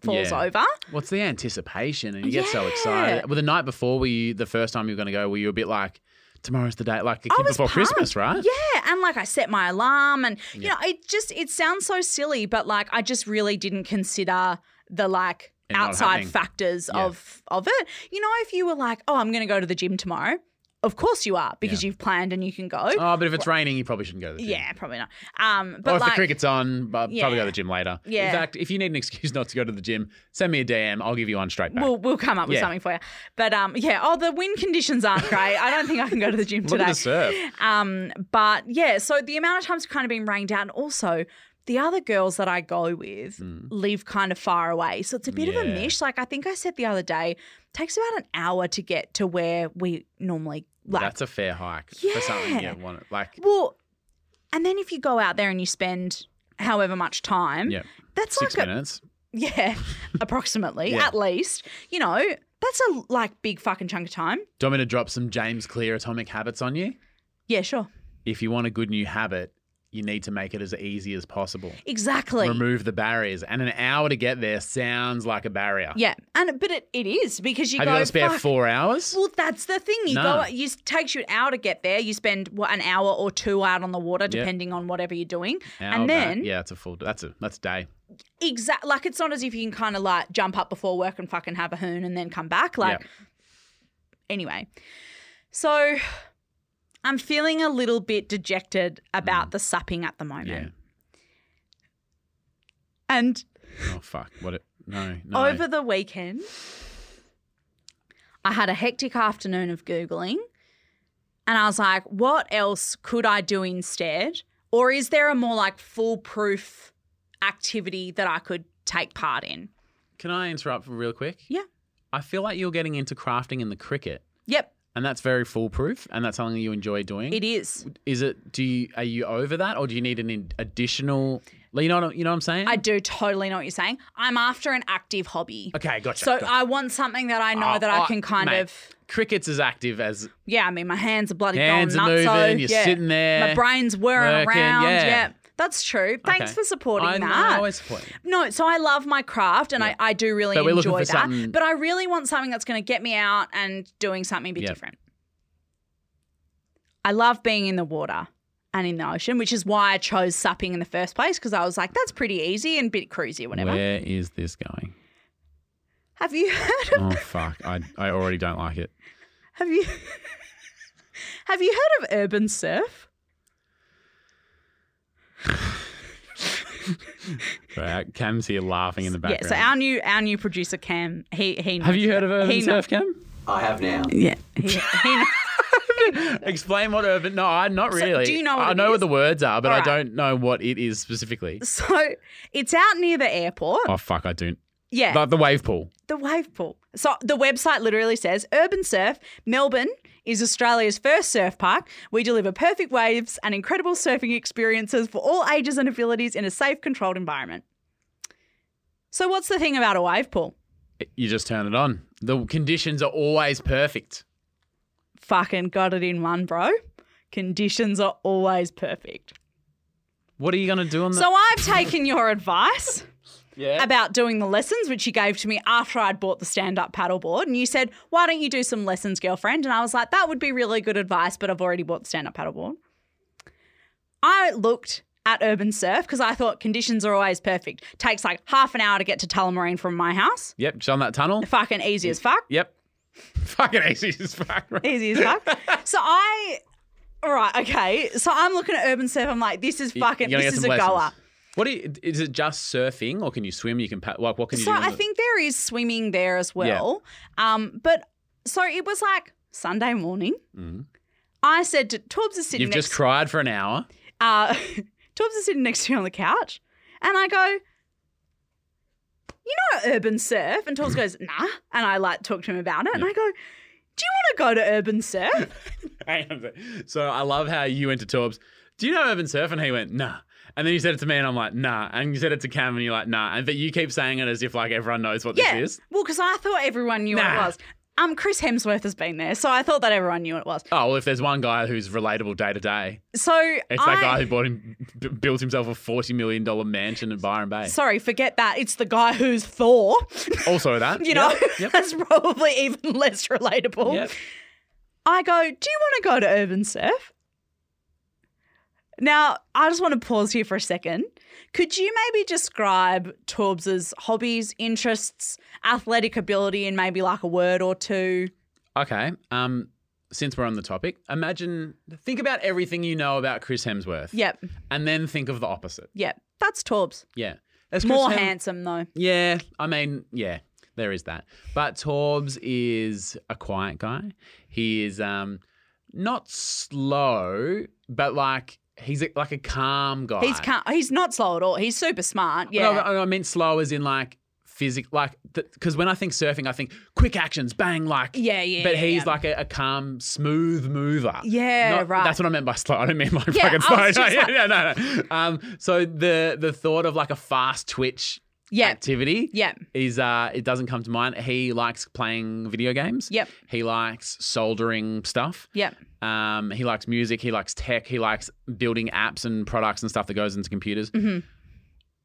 [SPEAKER 1] falls
[SPEAKER 2] Yeah.
[SPEAKER 1] over.
[SPEAKER 2] What's the anticipation? And you get so
[SPEAKER 1] Yeah.
[SPEAKER 2] excited. Well, the night before, were you the first time you were going to go? Were you a bit like, tomorrow's the day, like a kid
[SPEAKER 1] was
[SPEAKER 2] before Christmas, right?
[SPEAKER 1] Yeah, and like I set my alarm, and you know, it just it sounds so silly, but like I just really didn't consider the like
[SPEAKER 2] It not
[SPEAKER 1] outside
[SPEAKER 2] happening.
[SPEAKER 1] factors
[SPEAKER 2] Yeah.
[SPEAKER 1] of of it. You know, if you were like, oh, I'm going to go to the gym tomorrow, of course you are because you've planned and you can go.
[SPEAKER 2] Oh, but if it's raining, you probably shouldn't go to the gym.
[SPEAKER 1] yeah, probably not. Um,
[SPEAKER 2] or
[SPEAKER 1] but
[SPEAKER 2] if
[SPEAKER 1] like,
[SPEAKER 2] the cricket's on, but
[SPEAKER 1] Yeah.
[SPEAKER 2] probably go to the gym later.
[SPEAKER 1] Yeah.
[SPEAKER 2] In fact, if you need an excuse not to go to the gym, send me a DM. I'll give you one straight back.
[SPEAKER 1] We'll, we'll come up with
[SPEAKER 2] Yeah.
[SPEAKER 1] something for you. But um, yeah, oh, the wind conditions aren't great. I don't think I can go to the gym
[SPEAKER 2] Look
[SPEAKER 1] today.
[SPEAKER 2] at the surf.
[SPEAKER 1] Um, but yeah, so the amount of times I've kind of been rained out, and also the other girls that I go with live kind of far away, so it's a bit of a
[SPEAKER 2] Hmm. Yeah.
[SPEAKER 1] mish. Like I think I said the other day, takes about an hour to get to where we normally like.
[SPEAKER 2] That's a fair hike for something
[SPEAKER 1] Yeah.
[SPEAKER 2] you want. Like
[SPEAKER 1] well, and then if you go out there and you spend however much time,
[SPEAKER 2] Yeah.
[SPEAKER 1] that's
[SPEAKER 2] six
[SPEAKER 1] like a,
[SPEAKER 2] minutes.
[SPEAKER 1] yeah, approximately
[SPEAKER 2] Yeah.
[SPEAKER 1] at least. You know, that's a like big fucking chunk of time.
[SPEAKER 2] Do you want me to drop some James Clear Atomic Habits on you?
[SPEAKER 1] Yeah, sure,
[SPEAKER 2] If you want a good new habit, you need to make it as easy as possible.
[SPEAKER 1] exactly.
[SPEAKER 2] Remove the barriers, and an hour to get there sounds like a barrier.
[SPEAKER 1] yeah, and but it, it is because you
[SPEAKER 2] Have
[SPEAKER 1] go.
[SPEAKER 2] you got to spare
[SPEAKER 1] "Fuck,
[SPEAKER 2] four hours?
[SPEAKER 1] Well, that's the thing. You
[SPEAKER 2] No.
[SPEAKER 1] go. You it takes you an hour to get there. You spend what an hour or two out on the water, depending on whatever you're doing.
[SPEAKER 2] Hour
[SPEAKER 1] and
[SPEAKER 2] back.
[SPEAKER 1] then,
[SPEAKER 2] yeah, it's a full. That's a that's a day.
[SPEAKER 1] exact like it's not as if you can kind of like jump up before work and fucking have a hoon and then come back. Like
[SPEAKER 2] yeah.
[SPEAKER 1] anyway, so I'm feeling a little bit dejected
[SPEAKER 2] Mm.
[SPEAKER 1] about the supping at the moment, and
[SPEAKER 2] Oh fuck! What? It, no, no.
[SPEAKER 1] Over the weekend, I had a hectic afternoon of Googling and I was like, what else could I do instead? Or is there a more like foolproof activity that I could take part in?
[SPEAKER 2] Can I interrupt real quick?
[SPEAKER 1] Yeah.
[SPEAKER 2] I feel like you're getting into crafting in the cricket,
[SPEAKER 1] Yep,
[SPEAKER 2] and that's very foolproof, and that's something that you enjoy doing.
[SPEAKER 1] it is.
[SPEAKER 2] Is it? Do you are you over that, or do you need an in- additional? like, You know, what, I- you know what I'm saying?
[SPEAKER 1] I do totally know what you're saying. I'm after an active hobby.
[SPEAKER 2] okay, gotcha.
[SPEAKER 1] So
[SPEAKER 2] gotcha.
[SPEAKER 1] I want something that I know
[SPEAKER 2] Oh,
[SPEAKER 1] that I
[SPEAKER 2] oh,
[SPEAKER 1] can kind
[SPEAKER 2] mate,
[SPEAKER 1] of,
[SPEAKER 2] cricket's as active as
[SPEAKER 1] yeah. I mean, my hands are bloody
[SPEAKER 2] Hands
[SPEAKER 1] gone
[SPEAKER 2] are
[SPEAKER 1] nutso.
[SPEAKER 2] moving, you're
[SPEAKER 1] yeah.
[SPEAKER 2] sitting there,
[SPEAKER 1] My brain's whirring
[SPEAKER 2] working,
[SPEAKER 1] around.
[SPEAKER 2] yeah.
[SPEAKER 1] that's true. Thanks
[SPEAKER 2] Okay.
[SPEAKER 1] for supporting
[SPEAKER 2] I,
[SPEAKER 1] that.
[SPEAKER 2] I always support. you.
[SPEAKER 1] No, so I love my craft and I, I do really
[SPEAKER 2] But we're looking
[SPEAKER 1] enjoy
[SPEAKER 2] for
[SPEAKER 1] that.
[SPEAKER 2] something-
[SPEAKER 1] But I really want something that's going to get me out and doing something a bit
[SPEAKER 2] Yep.
[SPEAKER 1] different. I love being in the water and in the ocean, which is why I chose supping in the first place because I was like, that's pretty easy and a bit cruisy, whatever.
[SPEAKER 2] Where is this going?
[SPEAKER 1] Have you heard of,
[SPEAKER 2] Oh fuck! I I already don't like it.
[SPEAKER 1] have you have you heard of urban surf?
[SPEAKER 2] Right, Cam's here laughing in the background.
[SPEAKER 1] Yeah, so our new our new producer Cam, he he
[SPEAKER 2] Have you heard of urban
[SPEAKER 1] he kno-
[SPEAKER 2] surf, Cam?
[SPEAKER 5] I have now.
[SPEAKER 1] Yeah, he, he kno-
[SPEAKER 2] Explain what urban. No, I not really.
[SPEAKER 1] do you know what
[SPEAKER 2] I
[SPEAKER 1] it
[SPEAKER 2] know
[SPEAKER 1] is?
[SPEAKER 2] what the words are, but I
[SPEAKER 1] Alright.
[SPEAKER 2] don't know what it is specifically.
[SPEAKER 1] so it's out near the airport.
[SPEAKER 2] Oh fuck, I don't.
[SPEAKER 1] Yeah,
[SPEAKER 2] Like the wave pool.
[SPEAKER 1] The wave pool. So the website literally says Urban Surf, Melbourne is Australia's first surf park. We deliver perfect waves and incredible surfing experiences for all ages and abilities in a safe, controlled environment. So, what's the thing about a wave pool?
[SPEAKER 2] It- You just turn it on. The conditions are always perfect.
[SPEAKER 1] Fucking got it in one, bro. Conditions are always perfect.
[SPEAKER 2] What are you gonna do on the?
[SPEAKER 1] So, I've taken your advice.
[SPEAKER 2] yeah.
[SPEAKER 1] about doing the lessons, which you gave to me after I'd bought the stand up paddleboard. And you said, Why don't you do some lessons, girlfriend? And I was like, That would be really good advice, but I've already bought the stand up paddleboard. I looked at Urban Surf because I thought conditions are always perfect. Takes like half an hour to get to Tullamarine from my house.
[SPEAKER 2] yep. Just on that tunnel.
[SPEAKER 1] Fucking easy as fuck.
[SPEAKER 2] Yep. Fucking easy as fuck. right?
[SPEAKER 1] Easy as fuck. so I. All right, okay. So I'm looking at Urban Surf. I'm like, this is
[SPEAKER 2] You-
[SPEAKER 1] fucking,
[SPEAKER 2] you're gonna
[SPEAKER 1] this
[SPEAKER 2] get
[SPEAKER 1] is a
[SPEAKER 2] some lessons.
[SPEAKER 1] goer.
[SPEAKER 2] What do you, is it? Just surfing, or can you swim? You can pa- like what can you
[SPEAKER 1] so
[SPEAKER 2] do? on
[SPEAKER 1] I
[SPEAKER 2] the-
[SPEAKER 1] think there is swimming there as well. Um, but so it was like Sunday morning. I said to Torbs is sitting
[SPEAKER 2] Mm-hmm. you've
[SPEAKER 1] next
[SPEAKER 2] just cried for an hour.
[SPEAKER 1] uh Torbs is sitting next to me on the couch and I go, you know how urban surf? And Tools goes, nah. And I like talk to him about it. And I go, do you want to go to urban surf?
[SPEAKER 2] Hang on a sec. so I love how you went to Torbs. Do you know Urban Surf? And he went, nah. And then you said it to me, and I'm like, nah. And you said it to Cam, and you're like, nah. And but you keep saying it as if like everyone knows what
[SPEAKER 1] yeah.
[SPEAKER 2] this is.
[SPEAKER 1] Well, because I thought everyone knew what it
[SPEAKER 2] Nah.
[SPEAKER 1] was. Um, Chris Hemsworth has been there, so I thought that everyone knew what it was.
[SPEAKER 2] Oh well, if there's one guy who's relatable day to day,
[SPEAKER 1] So
[SPEAKER 2] it's
[SPEAKER 1] I,
[SPEAKER 2] that guy who bought him, b- built himself a forty million dollar mansion in Byron Bay.
[SPEAKER 1] Sorry, forget that. It's the guy who's Thor.
[SPEAKER 2] also that,
[SPEAKER 1] You know,
[SPEAKER 2] Yep, yep.
[SPEAKER 1] that's probably even less relatable.
[SPEAKER 2] Yep.
[SPEAKER 1] I go, Do you want to go to Urban Surf? Now, I just want to pause here for a second. Could you maybe describe Torbs's hobbies, interests, athletic ability, and maybe like a word or two?
[SPEAKER 2] Okay. Um, since we're on the topic, imagine think about everything you know about Chris Hemsworth.
[SPEAKER 1] Yep,
[SPEAKER 2] And then think of the opposite.
[SPEAKER 1] yep. That's Torbs.
[SPEAKER 2] Yeah. That's Chris
[SPEAKER 1] More
[SPEAKER 2] Hem-
[SPEAKER 1] handsome, though.
[SPEAKER 2] Yeah. I mean, yeah. There is that. But Torbs is a quiet guy. He is um not slow, but like he's a, like a calm guy.
[SPEAKER 1] He's can't, he's not slow at all. He's super smart. Yeah.
[SPEAKER 2] No, I- I meant slow as in like physic, like because when I think surfing, I think quick actions, bang, like
[SPEAKER 1] Yeah, yeah,
[SPEAKER 2] But
[SPEAKER 1] yeah,
[SPEAKER 2] he's
[SPEAKER 1] yeah.
[SPEAKER 2] like a, a calm, smooth mover.
[SPEAKER 1] Yeah, right.
[SPEAKER 2] That's what I meant by slow. I don't mean like
[SPEAKER 1] Yeah,
[SPEAKER 2] fucking
[SPEAKER 1] I was
[SPEAKER 2] slow.
[SPEAKER 1] just
[SPEAKER 2] yeah,
[SPEAKER 1] like-
[SPEAKER 2] yeah, no, no. Um, so the the thought of like a fast twitch
[SPEAKER 1] Yeah.
[SPEAKER 2] activity,
[SPEAKER 1] Yeah.
[SPEAKER 2] is uh, it doesn't come to mind. He likes playing video games.
[SPEAKER 1] Yep.
[SPEAKER 2] He likes soldering stuff.
[SPEAKER 1] Yep.
[SPEAKER 2] Um, he likes music. He likes tech. He likes building apps and products and stuff that goes into computers.
[SPEAKER 1] Mm-hmm.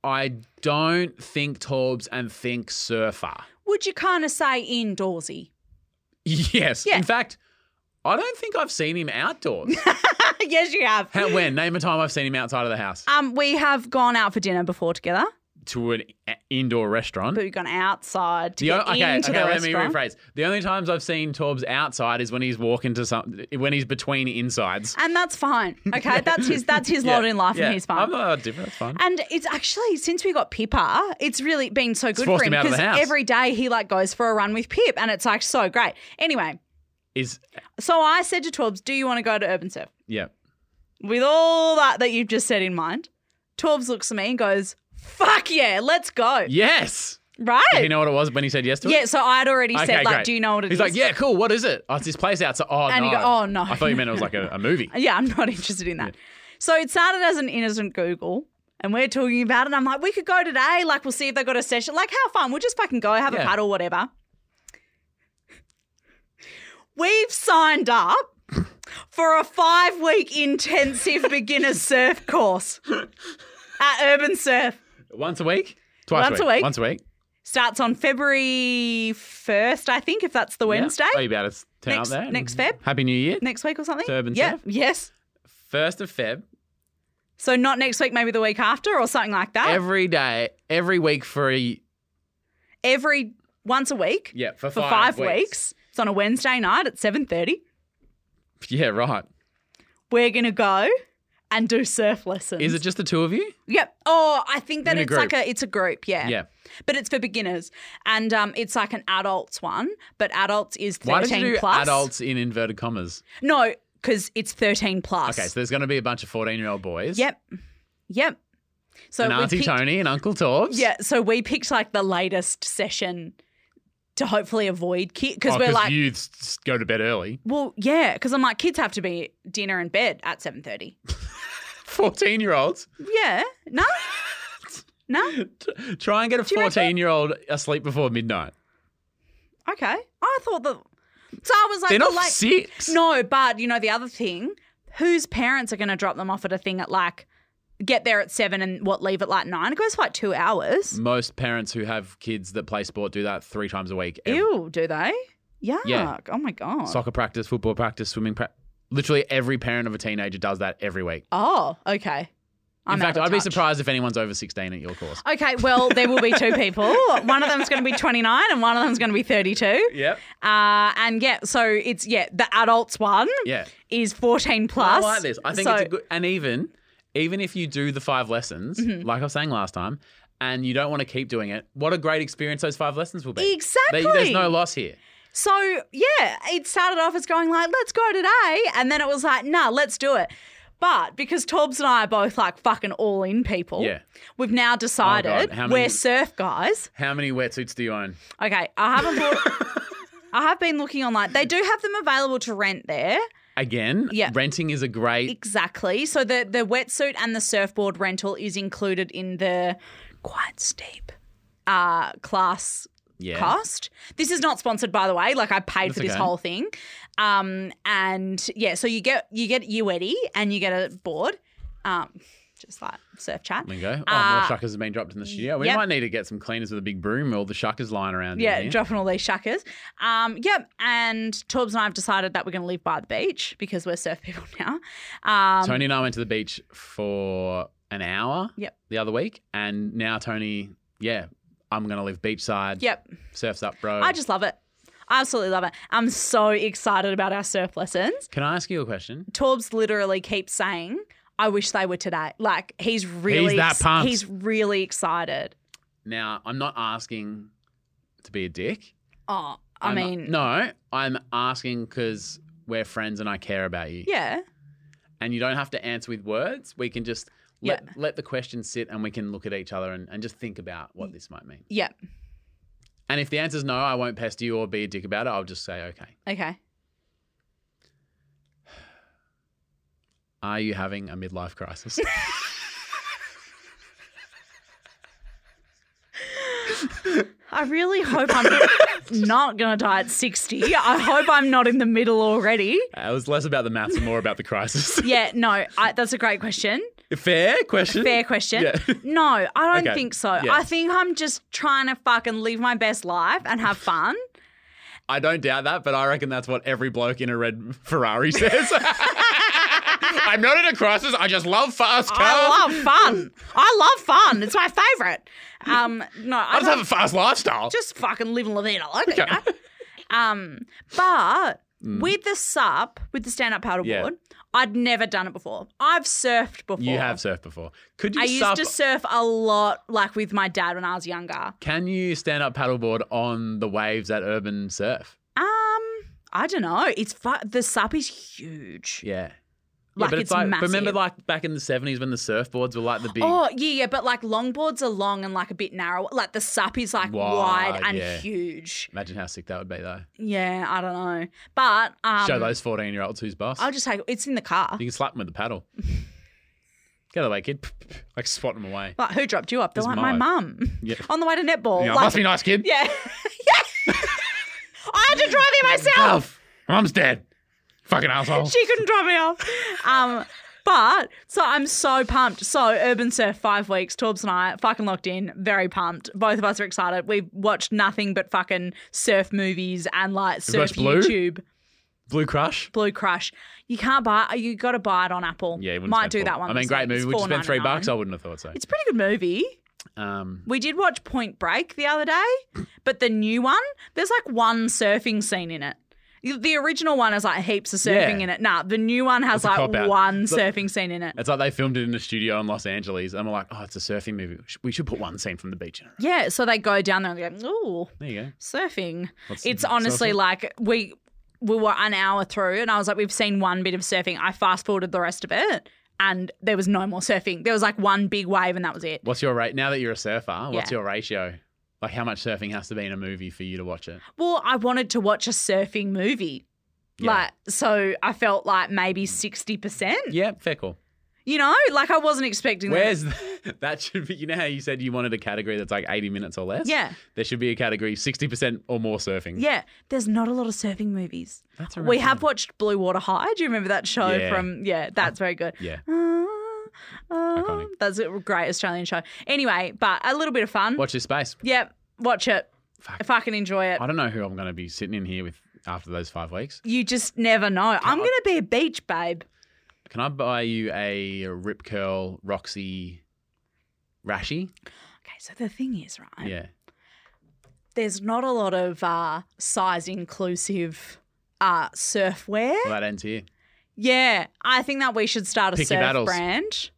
[SPEAKER 2] I don't think Torbs and think surfer.
[SPEAKER 1] Would you kind of say indoorsy?
[SPEAKER 2] Yes.
[SPEAKER 1] Yeah.
[SPEAKER 2] In fact, I don't think I've seen him outdoors.
[SPEAKER 1] yes, you have.
[SPEAKER 2] How, when? Name a time I've seen him outside of the house
[SPEAKER 1] Um, we have gone out for dinner before together,
[SPEAKER 2] to an a- indoor restaurant.
[SPEAKER 1] but we've gone outside to
[SPEAKER 2] The
[SPEAKER 1] get
[SPEAKER 2] o- okay,
[SPEAKER 1] into
[SPEAKER 2] okay.
[SPEAKER 1] the
[SPEAKER 2] let
[SPEAKER 1] restaurant.
[SPEAKER 2] me rephrase. The only times I've seen Torbs outside is when he's walking to some, when he's between insides.
[SPEAKER 1] and that's fine. Okay, that's his that's his lot in life,
[SPEAKER 2] Yeah.
[SPEAKER 1] and he's fine.
[SPEAKER 2] I'm not different. That's fine.
[SPEAKER 1] and it's actually since we got Pippa, it's really been so good
[SPEAKER 2] forced
[SPEAKER 1] for him
[SPEAKER 2] him out of the house.
[SPEAKER 1] every day he like goes for a run with Pip, and it's like so great. Anyway,
[SPEAKER 2] Is
[SPEAKER 1] so I said to Torbs, "Do you want to go to Urban Surf?"
[SPEAKER 2] yeah.
[SPEAKER 1] With all that that you've just said in mind, Torbs looks at me and goes, "Fuck yeah, let's go!"
[SPEAKER 2] Yes. Do
[SPEAKER 1] Right?
[SPEAKER 2] you know what it was when he said yes to it?
[SPEAKER 1] Yeah. So I'd already
[SPEAKER 2] Okay,
[SPEAKER 1] said, like,
[SPEAKER 2] great.
[SPEAKER 1] "Do you know what it is?"
[SPEAKER 2] He's like, yeah, cool. What is it? Oh, it's this place outside. Oh,
[SPEAKER 1] And
[SPEAKER 2] no.
[SPEAKER 1] you go, "Oh, no."
[SPEAKER 2] I thought you meant it was like a, a movie.
[SPEAKER 1] Yeah, I'm not interested in that. So it started as an innocent Google, and we're talking about it. And I'm like, we could go today. Like, we'll see if they got a session. Like, how fun. We'll just fucking go, have a
[SPEAKER 2] Yeah.
[SPEAKER 1] paddle, whatever. We've signed up for a five week intensive beginner surf course at Urban Surf.
[SPEAKER 2] Once a week? Twice
[SPEAKER 1] Once
[SPEAKER 2] a,
[SPEAKER 1] a
[SPEAKER 2] week.
[SPEAKER 1] week.
[SPEAKER 2] Once a week.
[SPEAKER 1] Starts on February 1st, I think, if that's the Wednesday.
[SPEAKER 2] Yeah. Oh, you about to turn
[SPEAKER 1] Next-
[SPEAKER 2] up there?
[SPEAKER 1] next Feb?
[SPEAKER 2] Happy New Year.
[SPEAKER 1] Next week or something?
[SPEAKER 2] To Urban
[SPEAKER 1] yeah,
[SPEAKER 2] Surf?
[SPEAKER 1] Yes.
[SPEAKER 2] First of Feb.
[SPEAKER 1] So not next week, maybe the week after or something like that.
[SPEAKER 2] Every day, every week for a,
[SPEAKER 1] every once a week
[SPEAKER 2] yeah, for,
[SPEAKER 1] for five, weeks. It's on a Wednesday night at seven thirty.
[SPEAKER 2] Yeah, right.
[SPEAKER 1] We're gonna go and do surf lessons.
[SPEAKER 2] Is it just the two of you?
[SPEAKER 1] Yep. Oh, I think that
[SPEAKER 2] In a
[SPEAKER 1] it's
[SPEAKER 2] group.
[SPEAKER 1] like a it's a group. Yeah.
[SPEAKER 2] Yeah.
[SPEAKER 1] But it's for beginners, and um, it's like an adults one, but adults is thirteen
[SPEAKER 2] Why did you do
[SPEAKER 1] plus.
[SPEAKER 2] adults in inverted commas?
[SPEAKER 1] No, because it's thirteen plus.
[SPEAKER 2] Okay, so there's going to be a bunch of 14 year old boys.
[SPEAKER 1] Yep. Yep. So
[SPEAKER 2] And
[SPEAKER 1] we
[SPEAKER 2] Auntie
[SPEAKER 1] picked-
[SPEAKER 2] Tony and Uncle Torbs.
[SPEAKER 1] Yeah. So we picked like the latest session to hopefully avoid kids because
[SPEAKER 2] Oh,
[SPEAKER 1] we're like
[SPEAKER 2] youths go to bed early.
[SPEAKER 1] Well, yeah, because I'm like, kids have to be at dinner and bed at seven thirty.
[SPEAKER 2] 14 year olds.
[SPEAKER 1] Yeah, no, no.
[SPEAKER 2] T- Try and get a
[SPEAKER 1] you reckon?
[SPEAKER 2] 14 year old asleep before midnight.
[SPEAKER 1] Okay, I thought that. So I was like,
[SPEAKER 2] They're
[SPEAKER 1] the
[SPEAKER 2] not
[SPEAKER 1] late-
[SPEAKER 2] six.
[SPEAKER 1] No, but you know the other thing, whose parents are going to drop them off at a thing at like get there at seven and what leave at like nine? It goes for like two hours.
[SPEAKER 2] Most parents who have kids that play sport do that three times a week. Ev-
[SPEAKER 1] Ew, do they? Yuck!
[SPEAKER 2] Yeah.
[SPEAKER 1] Oh my god.
[SPEAKER 2] Soccer practice, football practice, swimming practice. Literally every parent of a teenager does that every week.
[SPEAKER 1] oh, okay.
[SPEAKER 2] In
[SPEAKER 1] I'm out
[SPEAKER 2] fact,
[SPEAKER 1] of
[SPEAKER 2] I'd be
[SPEAKER 1] touch.
[SPEAKER 2] surprised if anyone's over 16 at your course.
[SPEAKER 1] Okay, well, there will be two people. One of them's going to be 29 and one of them's going to be 32.
[SPEAKER 2] Yep.
[SPEAKER 1] Uh, and yeah, so it's yeah, the adults one
[SPEAKER 2] Yeah.
[SPEAKER 1] is fourteen plus.
[SPEAKER 2] I like this. I think
[SPEAKER 1] so,
[SPEAKER 2] it's a good and even even if you do the five lessons,
[SPEAKER 1] Mm-hmm.
[SPEAKER 2] like I was saying last time, and you don't want to keep doing it, what a great experience those five lessons will be. They- there's
[SPEAKER 1] Exactly.
[SPEAKER 2] no loss here.
[SPEAKER 1] So yeah, it started off as going like, let's go today, and then it was like, nah, let's do it. But because Torbs and I are both like fucking all in people,
[SPEAKER 2] Yeah. Oh,
[SPEAKER 1] we've now decided
[SPEAKER 2] How many-
[SPEAKER 1] we're surf guys.
[SPEAKER 2] How many wetsuits do you own?
[SPEAKER 1] Okay, I haven't bought. I have been looking online. They do have them available to rent there.
[SPEAKER 2] Again,
[SPEAKER 1] Yeah.
[SPEAKER 2] renting is a great.
[SPEAKER 1] Exactly. So the the wetsuit and the surfboard rental is included in the quite steep uh class
[SPEAKER 2] Yeah.
[SPEAKER 1] cost. This is not sponsored by the way. Like I paid for this
[SPEAKER 2] okay.
[SPEAKER 1] whole thing. Um and yeah, so you get you get your wetty and you get a board. Um just like surf chat.
[SPEAKER 2] There you go. Oh, more
[SPEAKER 1] Uh,
[SPEAKER 2] shuckers have been dropped in the studio. We
[SPEAKER 1] yep.
[SPEAKER 2] might need to get some cleaners with a big broom. All the shuckers lying around. in
[SPEAKER 1] Yeah,
[SPEAKER 2] here.
[SPEAKER 1] dropping all these shuckers. Um, yep. And Torbs and I have decided that we're going to live by the beach because we're surf people now. Um,
[SPEAKER 2] Tony and I went to the beach for an hour.
[SPEAKER 1] Yep.
[SPEAKER 2] The other week, and now Tony, yeah, I'm gonna live beachside.
[SPEAKER 1] Yep.
[SPEAKER 2] Surfs up, bro.
[SPEAKER 1] I just love it. I absolutely love it. I'm so excited about our surf lessons.
[SPEAKER 2] Can I ask you a question?
[SPEAKER 1] Torbs literally keeps saying, I wish they were today. Like he's really
[SPEAKER 2] that pumped.
[SPEAKER 1] he's really excited.
[SPEAKER 2] Now, I'm not asking to be a dick.
[SPEAKER 1] Oh, I
[SPEAKER 2] I'm-
[SPEAKER 1] mean
[SPEAKER 2] no, I'm asking because we're friends and I care about you.
[SPEAKER 1] Yeah.
[SPEAKER 2] And you don't have to answer with words. We can just let,
[SPEAKER 1] Yeah.
[SPEAKER 2] let the question sit and we can look at each other and, and just think about what this might mean.
[SPEAKER 1] Yeah.
[SPEAKER 2] And if the answer's no, I won't pester you or be a dick about it. I'll just say, okay,
[SPEAKER 1] Okay.
[SPEAKER 2] are you having a midlife crisis?
[SPEAKER 1] I really hope I'm not gonna die at 60. I hope I'm not in the middle already.
[SPEAKER 2] Uh, it was less about the maths and more about the crisis.
[SPEAKER 1] Yeah, no, I, that's a great question.
[SPEAKER 2] Fair question.
[SPEAKER 1] Fair question.
[SPEAKER 2] Yeah.
[SPEAKER 1] No, I don't
[SPEAKER 2] Okay.
[SPEAKER 1] think so.
[SPEAKER 2] Yeah.
[SPEAKER 1] I think I'm just trying to fucking live my best life and have fun.
[SPEAKER 2] I don't doubt that, but I reckon that's what every bloke in a red Ferrari says. I'm not in a crisis. I just love fast cars.
[SPEAKER 1] I love fun. I love fun. It's my favorite. Um, no, I,
[SPEAKER 2] I
[SPEAKER 1] don't-
[SPEAKER 2] just have a fast lifestyle.
[SPEAKER 1] just fucking live and la vida loca.
[SPEAKER 2] Okay.
[SPEAKER 1] You know? um, but with the SUP, with the stand up paddleboard,
[SPEAKER 2] Mm. Yeah.
[SPEAKER 1] I'd never done it before. I've surfed before.
[SPEAKER 2] you have surfed before. Could you
[SPEAKER 1] I used
[SPEAKER 2] sup-
[SPEAKER 1] to surf a lot, like with my dad when I was younger.
[SPEAKER 2] Can you stand up paddleboard on the waves at Urban Surf?
[SPEAKER 1] Um, I don't know. It's fu- the SUP is huge.
[SPEAKER 2] Yeah.
[SPEAKER 1] Like,
[SPEAKER 2] yeah, but
[SPEAKER 1] it's,
[SPEAKER 2] like, but
[SPEAKER 1] massive.
[SPEAKER 2] remember like back in the 70s when the surfboards were like the big
[SPEAKER 1] Oh yeah, yeah, but like longboards are long and like a bit narrow. Like the sup is like wide,
[SPEAKER 2] Wide,
[SPEAKER 1] and
[SPEAKER 2] yeah.
[SPEAKER 1] huge.
[SPEAKER 2] Imagine how sick that would be though.
[SPEAKER 1] Yeah, I don't know, but um,
[SPEAKER 2] Show those 14-year-olds who's boss.
[SPEAKER 1] I'll just take it's in the car.
[SPEAKER 2] You can slap them with the paddle. Get away, kid. Like swat them away.
[SPEAKER 1] Like who dropped you up? They're
[SPEAKER 2] It's
[SPEAKER 1] like my
[SPEAKER 2] mine.
[SPEAKER 1] mum
[SPEAKER 2] Yeah.
[SPEAKER 1] on the way to netball.
[SPEAKER 2] You know,
[SPEAKER 1] Oh, like,
[SPEAKER 2] must be nice, kid.
[SPEAKER 1] yeah, yeah. I had to drive there myself.
[SPEAKER 2] Alf, Mum's dead. Fucking asshole.
[SPEAKER 1] She couldn't drop me off. Um, but so I'm so pumped. So Urban Surf five weeks. Torbs and I fucking locked in. Very pumped. Both of us are excited. We've watched nothing but fucking surf movies and like surf
[SPEAKER 2] watched Blue?
[SPEAKER 1] YouTube.
[SPEAKER 2] Blue Crush.
[SPEAKER 1] Blue Crush. You can't buy. You got to buy it on Apple.
[SPEAKER 2] Yeah, you wouldn't
[SPEAKER 1] might
[SPEAKER 2] spend
[SPEAKER 1] do
[SPEAKER 2] four-
[SPEAKER 1] that one.
[SPEAKER 2] I mean,
[SPEAKER 1] this
[SPEAKER 2] great
[SPEAKER 1] week.
[SPEAKER 2] movie.
[SPEAKER 1] It's
[SPEAKER 2] Would you spend three
[SPEAKER 1] $4.99.
[SPEAKER 2] bucks? I wouldn't have thought so.
[SPEAKER 1] It's a pretty good movie.
[SPEAKER 2] Um,
[SPEAKER 1] We did watch Point Break the other day, but the new one, there's like one surfing scene in it. The original one has like heaps of surfing
[SPEAKER 2] Yeah.
[SPEAKER 1] in it. Nah, the new one has
[SPEAKER 2] It's a
[SPEAKER 1] like
[SPEAKER 2] cop-out.
[SPEAKER 1] one
[SPEAKER 2] It's like-
[SPEAKER 1] surfing scene in it.
[SPEAKER 2] it's like they filmed it in a studio in Los Angeles, and we're like, oh, it's a surfing movie. We should- We should put one scene from the beach in it.
[SPEAKER 1] Yeah, so they go down there and they go, ooh,
[SPEAKER 2] There you go.
[SPEAKER 1] surfing.
[SPEAKER 2] What's-
[SPEAKER 1] it's honestly
[SPEAKER 2] surfing?
[SPEAKER 1] like we we were an hour through and I was like, we've seen one bit of surfing. I fast forwarded the rest of it and there was no more surfing. There was like one big wave and that was it.
[SPEAKER 2] What's your rate now that you're a surfer? What's
[SPEAKER 1] Yeah.
[SPEAKER 2] your ratio? Like, how much surfing has to be in a movie for you to watch it?
[SPEAKER 1] Well, I wanted to watch a surfing movie.
[SPEAKER 2] Yeah.
[SPEAKER 1] Like so I felt like maybe 60%.
[SPEAKER 2] Yeah, fair call.
[SPEAKER 1] You know, like I wasn't expecting
[SPEAKER 2] Where's that? Should be. You know how you said you wanted a category that's like 80 minutes or less.
[SPEAKER 1] that. Yeah.
[SPEAKER 2] There should be a category 60% or more surfing.
[SPEAKER 1] Yeah. There's not a lot of surfing movies.
[SPEAKER 2] That's a
[SPEAKER 1] We
[SPEAKER 2] real
[SPEAKER 1] have
[SPEAKER 2] shame.
[SPEAKER 1] watched Blue Water High. Do you remember that show
[SPEAKER 2] Yeah.
[SPEAKER 1] from Yeah, that's very good.
[SPEAKER 2] Yeah.
[SPEAKER 1] Ah, ah.
[SPEAKER 2] Iconic.
[SPEAKER 1] that's a great Australian show. Anyway, but a little bit of fun.
[SPEAKER 2] Watch this space.
[SPEAKER 1] Yep, watch it.
[SPEAKER 2] Fuck.
[SPEAKER 1] If I can enjoy it.
[SPEAKER 2] I don't know who I'm going to be sitting in here with after those five weeks.
[SPEAKER 1] You just never know. I'm going to be a beach babe.
[SPEAKER 2] Can I buy you a Rip Curl Roxy Rashi?
[SPEAKER 1] Okay, so the thing is, right?
[SPEAKER 2] Yeah.
[SPEAKER 1] There's not a lot of uh, size inclusive uh, surf wear.
[SPEAKER 2] Well, that ends here.
[SPEAKER 1] Yeah, I think that we should start a
[SPEAKER 2] Pick
[SPEAKER 1] surf
[SPEAKER 2] your battles.
[SPEAKER 1] brand.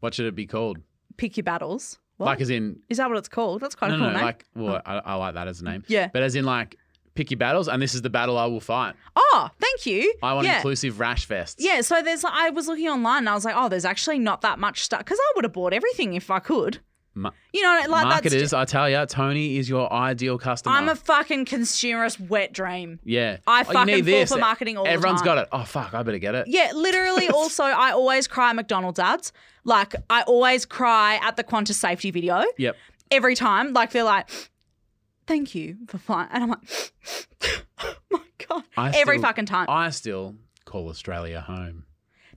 [SPEAKER 2] What should it be called?
[SPEAKER 1] Pick your battles. What?
[SPEAKER 2] Like, as in,
[SPEAKER 1] is that what it's called? That's quite
[SPEAKER 2] no,
[SPEAKER 1] a
[SPEAKER 2] no,
[SPEAKER 1] cool
[SPEAKER 2] no,
[SPEAKER 1] name.
[SPEAKER 2] like, well, I, I like that as a name.
[SPEAKER 1] Yeah.
[SPEAKER 2] But as in, like, pick your battles, and this is the battle I will fight.
[SPEAKER 1] Oh, thank you.
[SPEAKER 2] I want
[SPEAKER 1] yeah.
[SPEAKER 2] inclusive rash vests.
[SPEAKER 1] Yeah, so there's I was looking online and I was like, oh, there's actually not that much stuff because I would have bought everything if I could.
[SPEAKER 2] Ma-
[SPEAKER 1] You know, like that's
[SPEAKER 2] Marketers,
[SPEAKER 1] just-
[SPEAKER 2] I tell ya, Tony is your ideal customer.
[SPEAKER 1] I'm a fucking consumerist wet dream.
[SPEAKER 2] yeah.
[SPEAKER 1] I
[SPEAKER 2] Oh, you
[SPEAKER 1] fucking
[SPEAKER 2] need
[SPEAKER 1] fall
[SPEAKER 2] this.
[SPEAKER 1] for marketing all the
[SPEAKER 2] Everyone's
[SPEAKER 1] time.
[SPEAKER 2] got it. Oh fuck, I better get it.
[SPEAKER 1] Yeah, literally. also, I always cry McDonald's ads. Like I always cry at the Qantas safety video
[SPEAKER 2] Yep.
[SPEAKER 1] every time. Like they're like, "Thank you for flying," and I'm like, oh "My God!"
[SPEAKER 2] I
[SPEAKER 1] every
[SPEAKER 2] still-
[SPEAKER 1] fucking time.
[SPEAKER 2] I still call Australia home.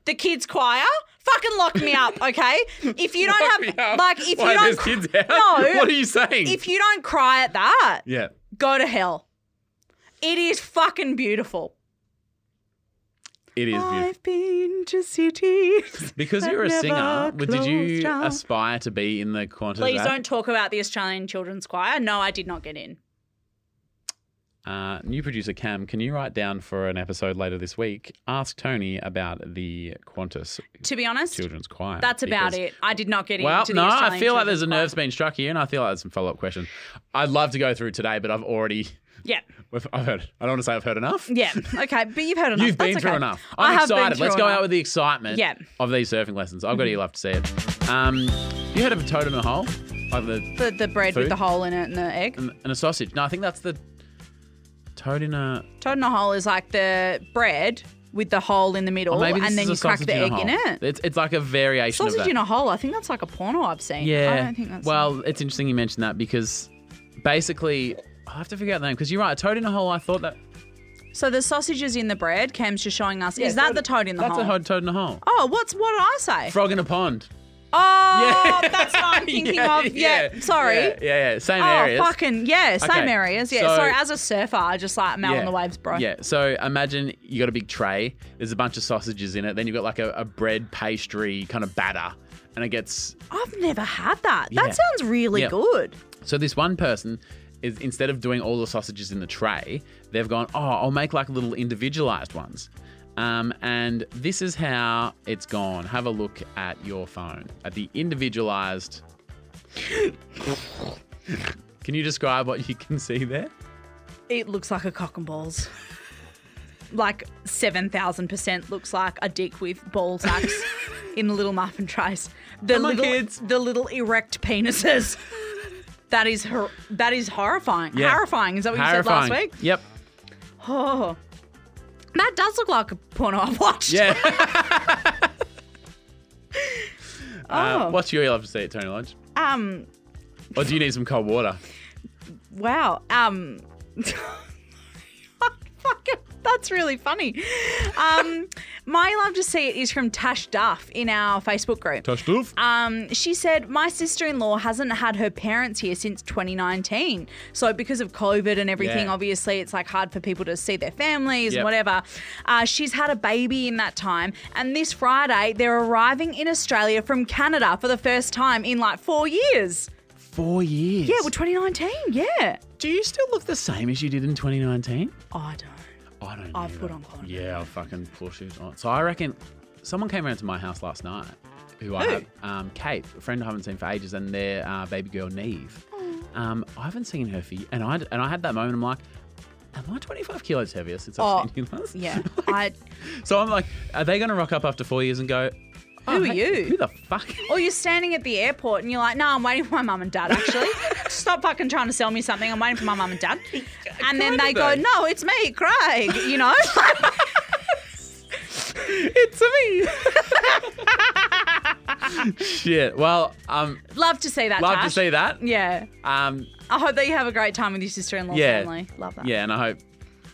[SPEAKER 1] the kids choir fucking lock me up, okay? If you don't have like, if
[SPEAKER 2] Why,
[SPEAKER 1] you don't,
[SPEAKER 2] there's kids out?
[SPEAKER 1] no,
[SPEAKER 2] What are you saying?
[SPEAKER 1] if you don't cry at that,
[SPEAKER 2] yeah.
[SPEAKER 1] go to hell. It is fucking beautiful.
[SPEAKER 2] It is beautiful.
[SPEAKER 1] I've been to cities.
[SPEAKER 2] Because
[SPEAKER 1] that
[SPEAKER 2] you're a
[SPEAKER 1] never
[SPEAKER 2] singer, but did you
[SPEAKER 1] closed down.
[SPEAKER 2] aspire to be in the Qantas?
[SPEAKER 1] Please
[SPEAKER 2] ad?
[SPEAKER 1] don't talk about the Australian Children's Choir. No, I did not get in.
[SPEAKER 2] Uh, new producer Cam, can you write down for an episode later this week? Ask Tony about the Qantas
[SPEAKER 1] To be honest,
[SPEAKER 2] Children's Choir.
[SPEAKER 1] that's about
[SPEAKER 2] because-
[SPEAKER 1] it. I did not get
[SPEAKER 2] Well,
[SPEAKER 1] into the
[SPEAKER 2] no, I
[SPEAKER 1] Australian
[SPEAKER 2] feel like there's a
[SPEAKER 1] Children's
[SPEAKER 2] nerve's been struck here, and I feel like there's some follow up questions. I'd love to go through today, but I've already,
[SPEAKER 1] Choir.
[SPEAKER 2] I've I've heard. I don't want to say I've heard enough.
[SPEAKER 1] Yeah, yeah, okay, but you've heard enough.
[SPEAKER 2] You've
[SPEAKER 1] That's
[SPEAKER 2] been through
[SPEAKER 1] okay.
[SPEAKER 2] enough.
[SPEAKER 1] I
[SPEAKER 2] I'm
[SPEAKER 1] have been
[SPEAKER 2] excited.
[SPEAKER 1] through
[SPEAKER 2] Let's go
[SPEAKER 1] enough.
[SPEAKER 2] out with the excitement
[SPEAKER 1] Yeah.
[SPEAKER 2] of these surfing lessons. I've got you love to see it. Um, you heard of a toad in a hole? Like the
[SPEAKER 1] the the bread
[SPEAKER 2] Food?
[SPEAKER 1] with the hole in it and the egg.
[SPEAKER 2] and, and a sausage. No, I think that's the toad in a.
[SPEAKER 1] Toad in a hole is like the bread with the hole in the middle,
[SPEAKER 2] Or maybe
[SPEAKER 1] Oh,
[SPEAKER 2] this
[SPEAKER 1] and
[SPEAKER 2] is
[SPEAKER 1] then
[SPEAKER 2] a
[SPEAKER 1] you crack
[SPEAKER 2] sausage
[SPEAKER 1] the
[SPEAKER 2] in a
[SPEAKER 1] egg in
[SPEAKER 2] hole.
[SPEAKER 1] it.
[SPEAKER 2] It's, it's like a variation of
[SPEAKER 1] Sausage
[SPEAKER 2] that.
[SPEAKER 1] in a hole. I think that's like a porno I've seen.
[SPEAKER 2] yeah.
[SPEAKER 1] I don't think that's
[SPEAKER 2] well, it's interesting you mentioned that because basically I have to figure out the name because you're right. Toad in a hole. I thought that
[SPEAKER 1] So the sausages in the bread. Cam's just showing us. is that the toad in the
[SPEAKER 2] that's
[SPEAKER 1] hole?
[SPEAKER 2] a hod- toad in a hole.
[SPEAKER 1] Oh, what's what did I say?
[SPEAKER 2] Frog in a pond.
[SPEAKER 1] oh, that's what I'm thinking
[SPEAKER 2] Yeah,
[SPEAKER 1] of. Yeah, sorry.
[SPEAKER 2] Yeah, yeah, yeah. Same
[SPEAKER 1] Oh,
[SPEAKER 2] areas.
[SPEAKER 1] fucking yeah, same
[SPEAKER 2] Okay,
[SPEAKER 1] areas. Yeah,
[SPEAKER 2] so-
[SPEAKER 1] sorry. As a surfer, I just like I'm out
[SPEAKER 2] yeah.
[SPEAKER 1] on the waves, bro.
[SPEAKER 2] Yeah. So imagine you got a big tray. There's a bunch of sausages in it. Then you've got like a, a bread pastry kind of batter, and it gets
[SPEAKER 1] I've never had that.
[SPEAKER 2] Yeah.
[SPEAKER 1] That sounds really
[SPEAKER 2] Yeah.
[SPEAKER 1] good.
[SPEAKER 2] So this one person is instead of doing all the sausages in the tray, they've gone, oh, I'll make like little individualized ones. Um, and this is how it's gone. Have a look at your phone at the individualized. can you describe what you can see there?
[SPEAKER 1] It looks like a cock and balls. Like seven thousand percent looks like a dick with ball sacks in the little muffin trays. The
[SPEAKER 2] Come on,
[SPEAKER 1] little
[SPEAKER 2] kids.
[SPEAKER 1] the little erect penises. That is hor- that is horrifying.
[SPEAKER 2] Yeah.
[SPEAKER 1] Horrifying. Is that what you
[SPEAKER 2] Horrifying.
[SPEAKER 1] said last week?
[SPEAKER 2] Yep.
[SPEAKER 1] Oh. That does look like a porno I've watched.
[SPEAKER 2] Yeah. Uh,
[SPEAKER 1] Oh.
[SPEAKER 2] what's your love to see at Tony Lodge?
[SPEAKER 1] Um
[SPEAKER 2] Or do you need some cold water?
[SPEAKER 1] wow. Um fuck it. that's really funny. Um my love to see it is from Tash Duff in our Facebook group.
[SPEAKER 2] Touch doof.
[SPEAKER 1] Um, she said, My sister in law hasn't had her parents here since 2019. So, because of COVID and everything,
[SPEAKER 2] Yeah.
[SPEAKER 1] obviously, it's like hard for people to see their families
[SPEAKER 2] Yep.
[SPEAKER 1] and whatever. Uh, she's had a baby in that time. And this Friday, they're arriving in Australia from Canada for the first time in like four years.
[SPEAKER 2] Four years.
[SPEAKER 1] Yeah, well, 2019. Yeah.
[SPEAKER 2] do you still look the same as you did in 2019?
[SPEAKER 1] I don't.
[SPEAKER 2] I don't.
[SPEAKER 1] I've
[SPEAKER 2] either.
[SPEAKER 1] put on condom.
[SPEAKER 2] Yeah, I'll fucking push it on. So I reckon someone came around to my house last night. Who, I have, um, Kate, a friend I haven't seen for ages, and their uh, baby girl Neve. Um, I haven't seen her for, y- and I and I had that moment. I'm like, am I 25 kilos heavier since I've
[SPEAKER 1] Oh,
[SPEAKER 2] seen you last?
[SPEAKER 1] Yeah. I.
[SPEAKER 2] So I'm like, are they going to rock up after four years and go, oh,
[SPEAKER 1] are
[SPEAKER 2] hey,
[SPEAKER 1] you?
[SPEAKER 2] Who the fuck?
[SPEAKER 1] Or you're standing at the airport and you're like, no, I'm waiting for my mum and dad, actually. Stop fucking trying to sell me something. I'm waiting for my mum and dad. And then they go,
[SPEAKER 2] Kinda.
[SPEAKER 1] no, it's me, Craig, you know?
[SPEAKER 2] it's me. Shit. Well, um,
[SPEAKER 1] Love to see that,
[SPEAKER 2] love to
[SPEAKER 1] Tash.
[SPEAKER 2] see that.
[SPEAKER 1] Yeah.
[SPEAKER 2] Um,
[SPEAKER 1] I hope that you have a great time with your sister in law's
[SPEAKER 2] yeah.
[SPEAKER 1] family. Love that.
[SPEAKER 2] Yeah, and I hope.
[SPEAKER 1] I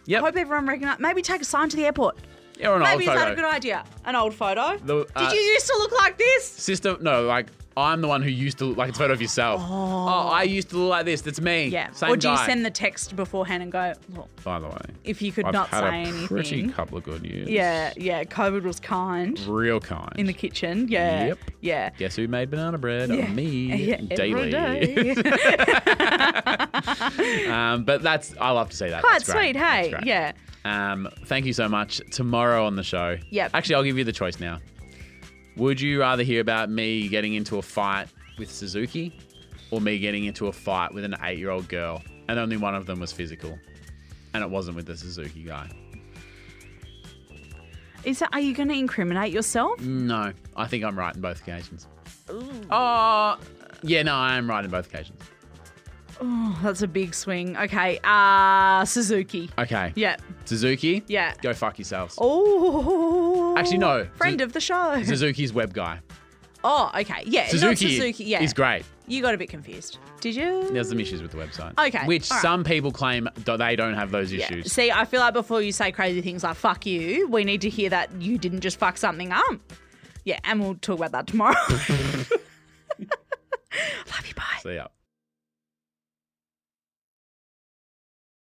[SPEAKER 2] Yep.
[SPEAKER 1] hope everyone recognises. Maybe take a sign to the airport.
[SPEAKER 2] yeah, or an old
[SPEAKER 1] Maybe is that
[SPEAKER 2] photo.
[SPEAKER 1] a good idea? An old photo?
[SPEAKER 2] The, uh,
[SPEAKER 1] Did you used to look like this?
[SPEAKER 2] sister no like i'm the one who used to look like it's a photo of yourself oh. i used to look like this that's me
[SPEAKER 1] Yeah.
[SPEAKER 2] Same
[SPEAKER 1] or do you
[SPEAKER 2] guy.
[SPEAKER 1] send the text beforehand and go, look,
[SPEAKER 2] by the way
[SPEAKER 1] if you could
[SPEAKER 2] I've
[SPEAKER 1] not
[SPEAKER 2] had
[SPEAKER 1] say
[SPEAKER 2] a
[SPEAKER 1] anything.
[SPEAKER 2] pretty couple of good years
[SPEAKER 1] yeah, yeah. COVID was kind
[SPEAKER 2] real kind
[SPEAKER 1] in the kitchen. Yeah.
[SPEAKER 2] Yep.
[SPEAKER 1] Yeah.
[SPEAKER 2] guess who made banana bread Oh, me
[SPEAKER 1] Yeah,
[SPEAKER 2] daily
[SPEAKER 1] every day.
[SPEAKER 2] um but that's i love to see that
[SPEAKER 1] Quite
[SPEAKER 2] That's great.
[SPEAKER 1] sweet, hey?
[SPEAKER 2] That's
[SPEAKER 1] Yeah.
[SPEAKER 2] great. um thank you so much tomorrow on the show
[SPEAKER 1] Yep.
[SPEAKER 2] actually i'll give you the choice now would you rather hear about me getting into a fight with suzuki or me getting into a fight with an eight-year-old girl and only one of them was physical and it wasn't with the Suzuki guy.
[SPEAKER 1] Is that, are you going to incriminate yourself?
[SPEAKER 2] No, I think I'm right in both occasions. Oh, yeah, no, I am right in both occasions.
[SPEAKER 1] Oh, that's a big swing. Okay, uh, Suzuki.
[SPEAKER 2] Okay.
[SPEAKER 1] Yeah,
[SPEAKER 2] Suzuki.
[SPEAKER 1] yeah.
[SPEAKER 2] Go fuck yourselves.
[SPEAKER 1] Oh.
[SPEAKER 2] Actually, no.
[SPEAKER 1] Friend
[SPEAKER 2] Su-
[SPEAKER 1] of the show.
[SPEAKER 2] Suzuki's web guy.
[SPEAKER 1] oh, okay. Yeah, not
[SPEAKER 2] Suzuki,
[SPEAKER 1] Suzuki. Yeah.
[SPEAKER 2] is great.
[SPEAKER 1] You got a bit confused. Did you?
[SPEAKER 2] There's some issues with the website.
[SPEAKER 1] Okay,
[SPEAKER 2] Which
[SPEAKER 1] all right.
[SPEAKER 2] some people claim that they don't have those
[SPEAKER 1] Yeah.
[SPEAKER 2] issues.
[SPEAKER 1] See, I feel like before you say crazy things like fuck you, we need to hear that you didn't just fuck something up. Yeah, and we'll talk about that tomorrow. Love you, bye.
[SPEAKER 2] So yeah.